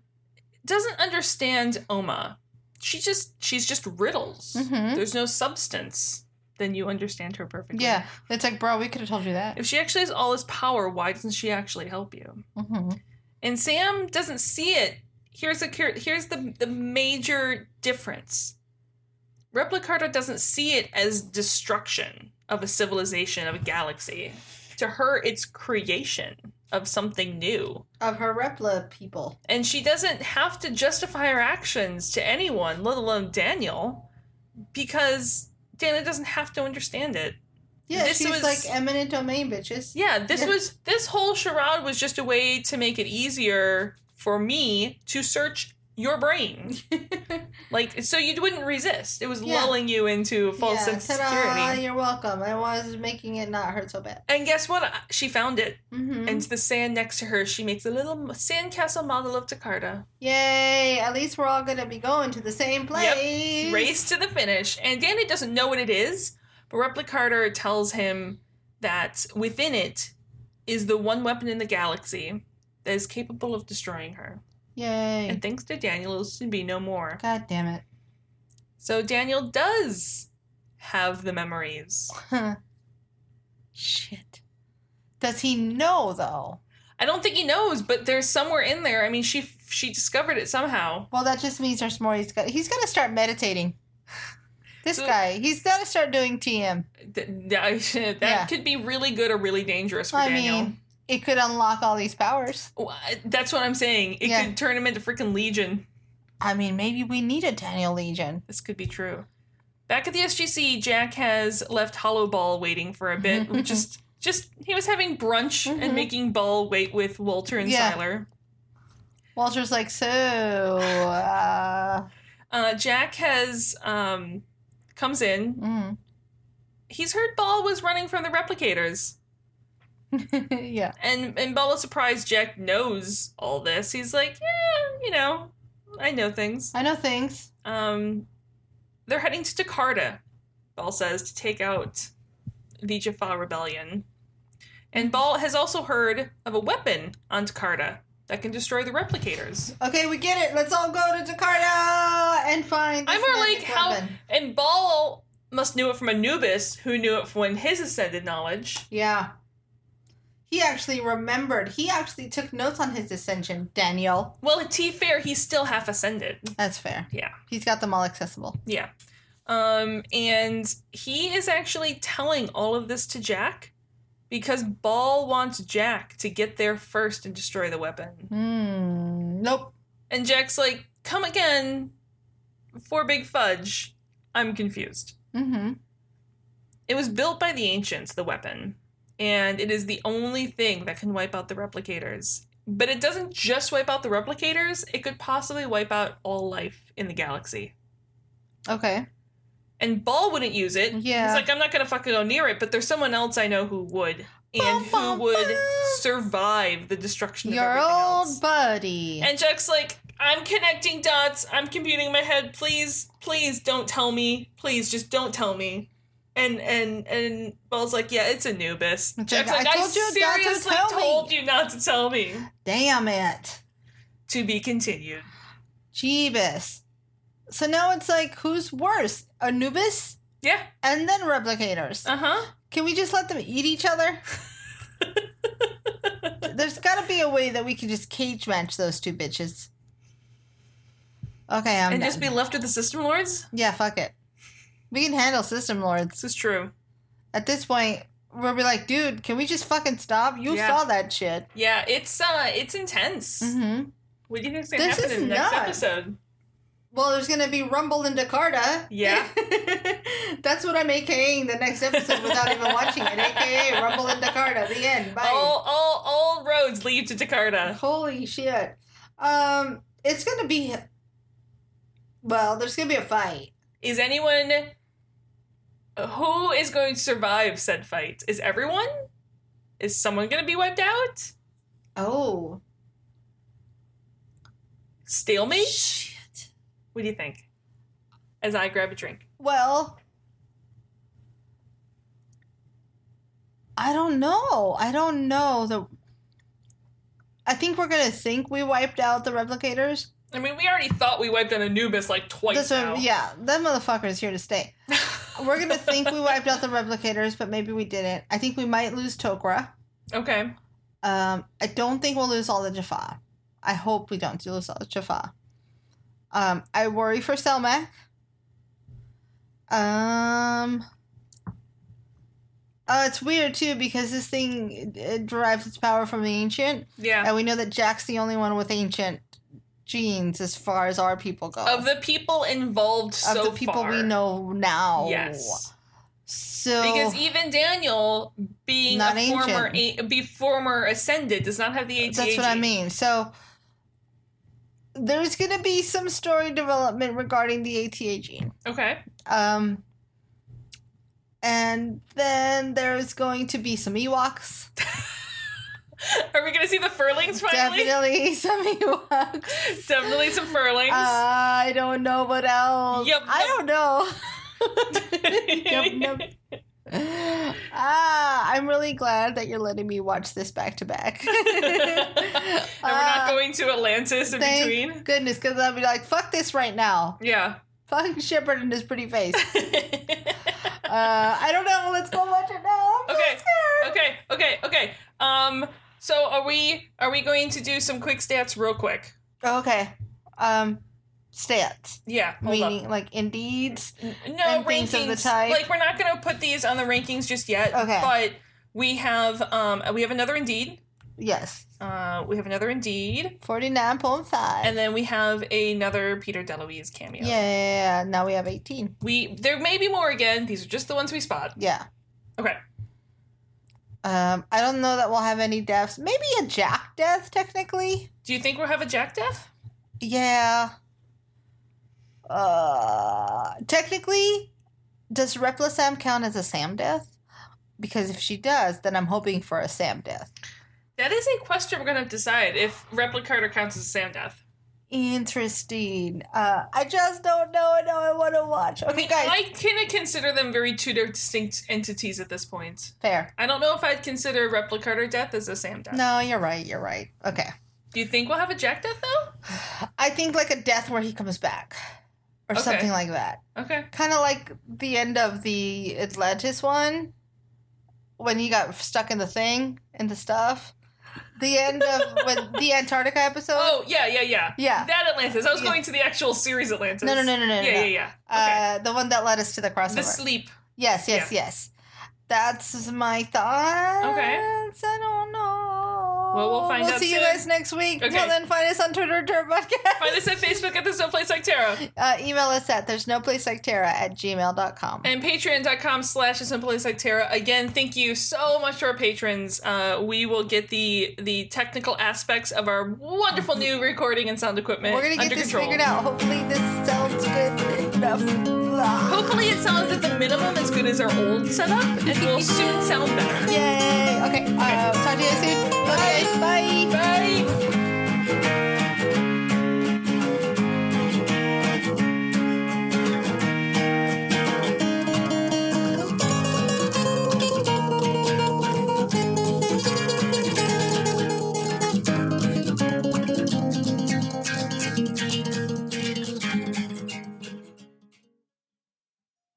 Speaker 2: doesn't understand Oma. She just she's just riddles.
Speaker 3: Mhm.
Speaker 2: There's no substance. Then you understand her perfectly.
Speaker 3: Yeah. It's like, bro, we could have told you that.
Speaker 2: If she actually has all this power, why doesn't she actually help you?
Speaker 3: Mm-hmm.
Speaker 2: And Sam doesn't see it. Here's a cur- here's the the major difference. Replicator doesn't see it as destruction of a civilization of a galaxy. To her, it's creation of something new.
Speaker 3: Of her Repla people.
Speaker 2: And she doesn't have to justify her actions to anyone, let alone Daniel, because Dana doesn't have to understand it.
Speaker 3: Yeah,
Speaker 2: This
Speaker 3: she's
Speaker 2: was-
Speaker 3: like eminent domain bitches.
Speaker 2: Yeah, this
Speaker 3: Yeah.
Speaker 2: was this whole charade was just a way to make it easier for me to search your brain. like so you wouldn't resist. It was
Speaker 3: Yeah.
Speaker 2: lulling you into a false
Speaker 3: Yeah,
Speaker 2: sense of
Speaker 3: ta-da,
Speaker 2: security.
Speaker 3: You're welcome. I was making it not hurt so bad.
Speaker 2: And guess what? She found it.
Speaker 3: Mm-hmm.
Speaker 2: And the sand next to her, she makes a little sandcastle model of Jakarta.
Speaker 3: Yay! At least we're all gonna be going to the same place.
Speaker 2: race to the finish. And Danny doesn't know what it is, but Replicator tells him that within it is the one weapon in the galaxy that is capable of destroying her.
Speaker 3: Yay!
Speaker 2: And thanks to Daniel, it'll soon be no more.
Speaker 3: God damn it!
Speaker 2: So Daniel does have the memories.
Speaker 3: Huh. Shit. Does he know though?
Speaker 2: I don't think he knows, but there's somewhere in there. I mean, she she discovered it somehow.
Speaker 3: Well, that just means there's more. He's got. He's gotta start meditating. This
Speaker 2: So-
Speaker 3: guy. He's gotta start doing TM.
Speaker 2: Th- That, that
Speaker 3: Yeah.
Speaker 2: could be really good or really dangerous for
Speaker 3: I
Speaker 2: Daniel.
Speaker 3: mean, it could unlock all these powers.
Speaker 2: Well, I- That's what I'm saying. It
Speaker 3: Yeah.
Speaker 2: could turn him into freaking Legion.
Speaker 3: I mean, maybe we need a Daniel Legion.
Speaker 2: This could be true. Back at the SGC, Jack has left Hollow Ball waiting for a bit. which just, just he was having brunch
Speaker 3: Mhm.
Speaker 2: and making Ball wait with Walter and
Speaker 3: Yeah.
Speaker 2: Siler.
Speaker 3: Walter's like, so. Uh,
Speaker 2: Uh, Jack has um, comes in.
Speaker 3: mm.
Speaker 2: He's heard Ball was running from the replicators,
Speaker 3: yeah.
Speaker 2: and and Ball is surprised Jack knows all this. He's like, yeah, you know, I know things.
Speaker 3: I know things.
Speaker 2: Um, they're heading to Jakarta, Ball says, to take out the Jaffa rebellion. And Ball has also heard of a weapon on Jakarta that can destroy the replicators.
Speaker 3: Okay, we get it. Let's all go to Jakarta and find.
Speaker 2: I'm
Speaker 3: this
Speaker 2: more like
Speaker 3: magic
Speaker 2: how,
Speaker 3: weapon.
Speaker 2: and Ball must knew it from Anubis, who knew it from when his ascended knowledge.
Speaker 3: Yeah. He actually remembered. He actually took notes on his ascension, Daniel.
Speaker 2: Well, at T Fair, he's still half ascended.
Speaker 3: That's fair.
Speaker 2: Yeah.
Speaker 3: He's got them all accessible.
Speaker 2: Yeah. Um, and he is actually telling all of this to Jack because Ball wants Jack to get there first and destroy the weapon.
Speaker 3: Hmm. Nope.
Speaker 2: And Jack's like, come again for Big Fudge. I'm confused.
Speaker 3: Mm-hmm.
Speaker 2: It was built by the ancients, the weapon, and it is the only thing that can wipe out the replicators. But it doesn't just wipe out the replicators, it could possibly wipe out all life in the galaxy.
Speaker 3: Okay.
Speaker 2: And Ball wouldn't use it.
Speaker 3: Yeah.
Speaker 2: He's like, I'm not gonna fucking go near it, but there's someone else I know who would. And who
Speaker 3: Ba-ba-ba.
Speaker 2: would survive the destruction of
Speaker 3: Your
Speaker 2: everything
Speaker 3: old
Speaker 2: else.
Speaker 3: buddy.
Speaker 2: And Jack's like, I'm connecting dots. I'm computing in my head. Please, please don't tell me. Please just don't tell me. And and and Ball's like, yeah, it's Anubis.
Speaker 3: It's
Speaker 2: Jack's
Speaker 3: like,
Speaker 2: like,
Speaker 3: "I
Speaker 2: I,
Speaker 3: told you not to
Speaker 2: seriously
Speaker 3: tell me."
Speaker 2: told you not to tell me.
Speaker 3: Damn it.
Speaker 2: To be continued.
Speaker 3: Jeebus. So now it's like, who's worse? Anubis
Speaker 2: Yeah.
Speaker 3: and then replicators.
Speaker 2: Uh huh.
Speaker 3: Can we just let them eat each other? There's got to be a way that we can just cage match those two bitches. Okay, I'm
Speaker 2: and
Speaker 3: done.
Speaker 2: just be left to the system lords.
Speaker 3: yeah, fuck it. We can handle system lords.
Speaker 2: This is true.
Speaker 3: At this point, we'll be like, dude, can we just fucking stop? You
Speaker 2: Yeah.
Speaker 3: saw that shit.
Speaker 2: Yeah, it's uh, it's intense.
Speaker 3: Mm-hmm.
Speaker 2: What do you think's gonna
Speaker 3: This
Speaker 2: happen
Speaker 3: is
Speaker 2: in the next
Speaker 3: nuts.
Speaker 2: episode?
Speaker 3: Well, there's gonna be Rumble in Jakarta.
Speaker 2: Yeah.
Speaker 3: That's what I'm AKAing the next episode without even watching it. AKA Rumble in Jakarta. The end. Bye.
Speaker 2: all all all roads lead to Jakarta.
Speaker 3: Holy shit. Um, it's gonna be. Well, there's gonna be a fight.
Speaker 2: Is anyone who is going to survive said fight? Is everyone? Is someone gonna be wiped out?
Speaker 3: Oh.
Speaker 2: Stalemate? What do you think? As I grab a drink.
Speaker 3: Well. I don't know. I don't know. The. I think we're gonna think we wiped out the replicators.
Speaker 2: I mean, we already thought we wiped out Anubis like twice
Speaker 3: That's what-
Speaker 2: now.
Speaker 3: yeah, that motherfucker is here to stay. We're gonna think we wiped out the replicators, but maybe we didn't. I think we might lose Tokra.
Speaker 2: Okay.
Speaker 3: Um, I don't think we'll lose all the Jaffa. I hope we don't lose all the Jaffa. Um, I worry for Selmac. Um, uh, it's weird too because this thing it derives its power from the ancient,
Speaker 2: Yeah.
Speaker 3: and we know that Jack's the only one with ancient genes as far as our people go.
Speaker 2: Of the people involved
Speaker 3: Of
Speaker 2: so
Speaker 3: the people
Speaker 2: far.
Speaker 3: we know now.
Speaker 2: Yes.
Speaker 3: So
Speaker 2: Because even Daniel, being
Speaker 3: Not
Speaker 2: a former a, be former ascended, does not have the ATAG.
Speaker 3: That's what I mean. So there's going to be some story development regarding the ATA gene.
Speaker 2: Okay.
Speaker 3: Um, and then there's going to be some Ewoks.
Speaker 2: Are we gonna see the furlings finally?
Speaker 3: Definitely some Ewoks. Uh,
Speaker 2: Definitely, some furlings.
Speaker 3: I don't know what else.
Speaker 2: Yep,
Speaker 3: I
Speaker 2: yep.
Speaker 3: don't know. yep, yep. Ah, I'm really glad that you're letting me watch this back to back.
Speaker 2: and we're not
Speaker 3: Uh,
Speaker 2: going to Atlantis in
Speaker 3: Thank
Speaker 2: between.
Speaker 3: goodness, because I'll be like, fuck this right now.
Speaker 2: Yeah.
Speaker 3: Fuck Shepard in his pretty face. uh, I don't know. Let's go watch it now. I'm so
Speaker 2: Okay.
Speaker 3: scared.
Speaker 2: okay. Okay. Okay. Um. So are we are we going to do some quick stats real quick?
Speaker 3: Oh, Okay. Um, stats.
Speaker 2: Yeah. Hold
Speaker 3: Meaning, like, indeeds.
Speaker 2: up. No
Speaker 3: and things of
Speaker 2: rankings.
Speaker 3: the type.
Speaker 2: Like we're not going to put these on the rankings just yet.
Speaker 3: Okay.
Speaker 2: But we have um we have another indeed.
Speaker 3: Yes.
Speaker 2: Uh, we have another indeed,
Speaker 3: 49.5.
Speaker 2: and then we have another Peter DeLuise cameo.
Speaker 3: yeah. Now we have 18.
Speaker 2: We there may be more again. These are just the ones we spot.
Speaker 3: Yeah.
Speaker 2: Okay.
Speaker 3: Um, I don't know that we'll have any deaths. Maybe a Jack death, technically.
Speaker 2: Do you think we'll have a Jack death?
Speaker 3: Yeah. Uh, technically, does Repla Sam count as a Sam death? Because if she does, then I'm hoping for a Sam death.
Speaker 2: That is a question we're gonna have to decide if Replicator counts as a Sam death.
Speaker 3: Interesting. Uh, I just don't know. I know I want to watch. Okay, guys.
Speaker 2: I kind of consider them very two distinct entities at this point.
Speaker 3: Fair.
Speaker 2: I don't know if I'd consider Replicator death as a Sam death.
Speaker 3: No, you're right. You're right. Okay.
Speaker 2: Do you think we'll have a Jack death though?
Speaker 3: I think like a death where he comes back or
Speaker 2: Okay.
Speaker 3: something like that.
Speaker 2: Okay.
Speaker 3: Kind of like the end of the Atlantis one when he got stuck in the thing and the stuff. The end of when the Antarctica episode.
Speaker 2: Oh yeah, yeah, yeah.
Speaker 3: Yeah.
Speaker 2: That Atlantis. I was
Speaker 3: Yeah.
Speaker 2: going to the actual series Atlantis.
Speaker 3: No, no, no, no,
Speaker 2: Yeah,
Speaker 3: no, no.
Speaker 2: yeah, yeah. Okay.
Speaker 3: Uh, the one that led us to the crossover.
Speaker 2: the sleep.
Speaker 3: yes, yes, yes. That's my thoughts.
Speaker 2: Okay.
Speaker 3: I don't know.
Speaker 2: Well, we'll find out
Speaker 3: see you
Speaker 2: soon.
Speaker 3: guys next week.
Speaker 2: Okay.
Speaker 3: Well, then find us on Twitter, Term Podcast.
Speaker 2: Find us at Facebook at There's No Place Like Tarot
Speaker 3: Uh, email us at there's no place like Tara at gmail.com.
Speaker 2: and patreon.com slash As Simple As Like Tarot. Again, thank you so much to our patrons. Uh, we will get the the technical aspects of our wonderful new recording and sound equipment
Speaker 3: We're going to
Speaker 2: under
Speaker 3: get this
Speaker 2: control.
Speaker 3: figured out. Hopefully, this sounds good enough.
Speaker 2: Hopefully it sounds at the minimum as good as our old setup and will soon sound better.
Speaker 3: Yay. Okay. Uh, talk to you guys soon. Okay. Bye.
Speaker 2: Bye!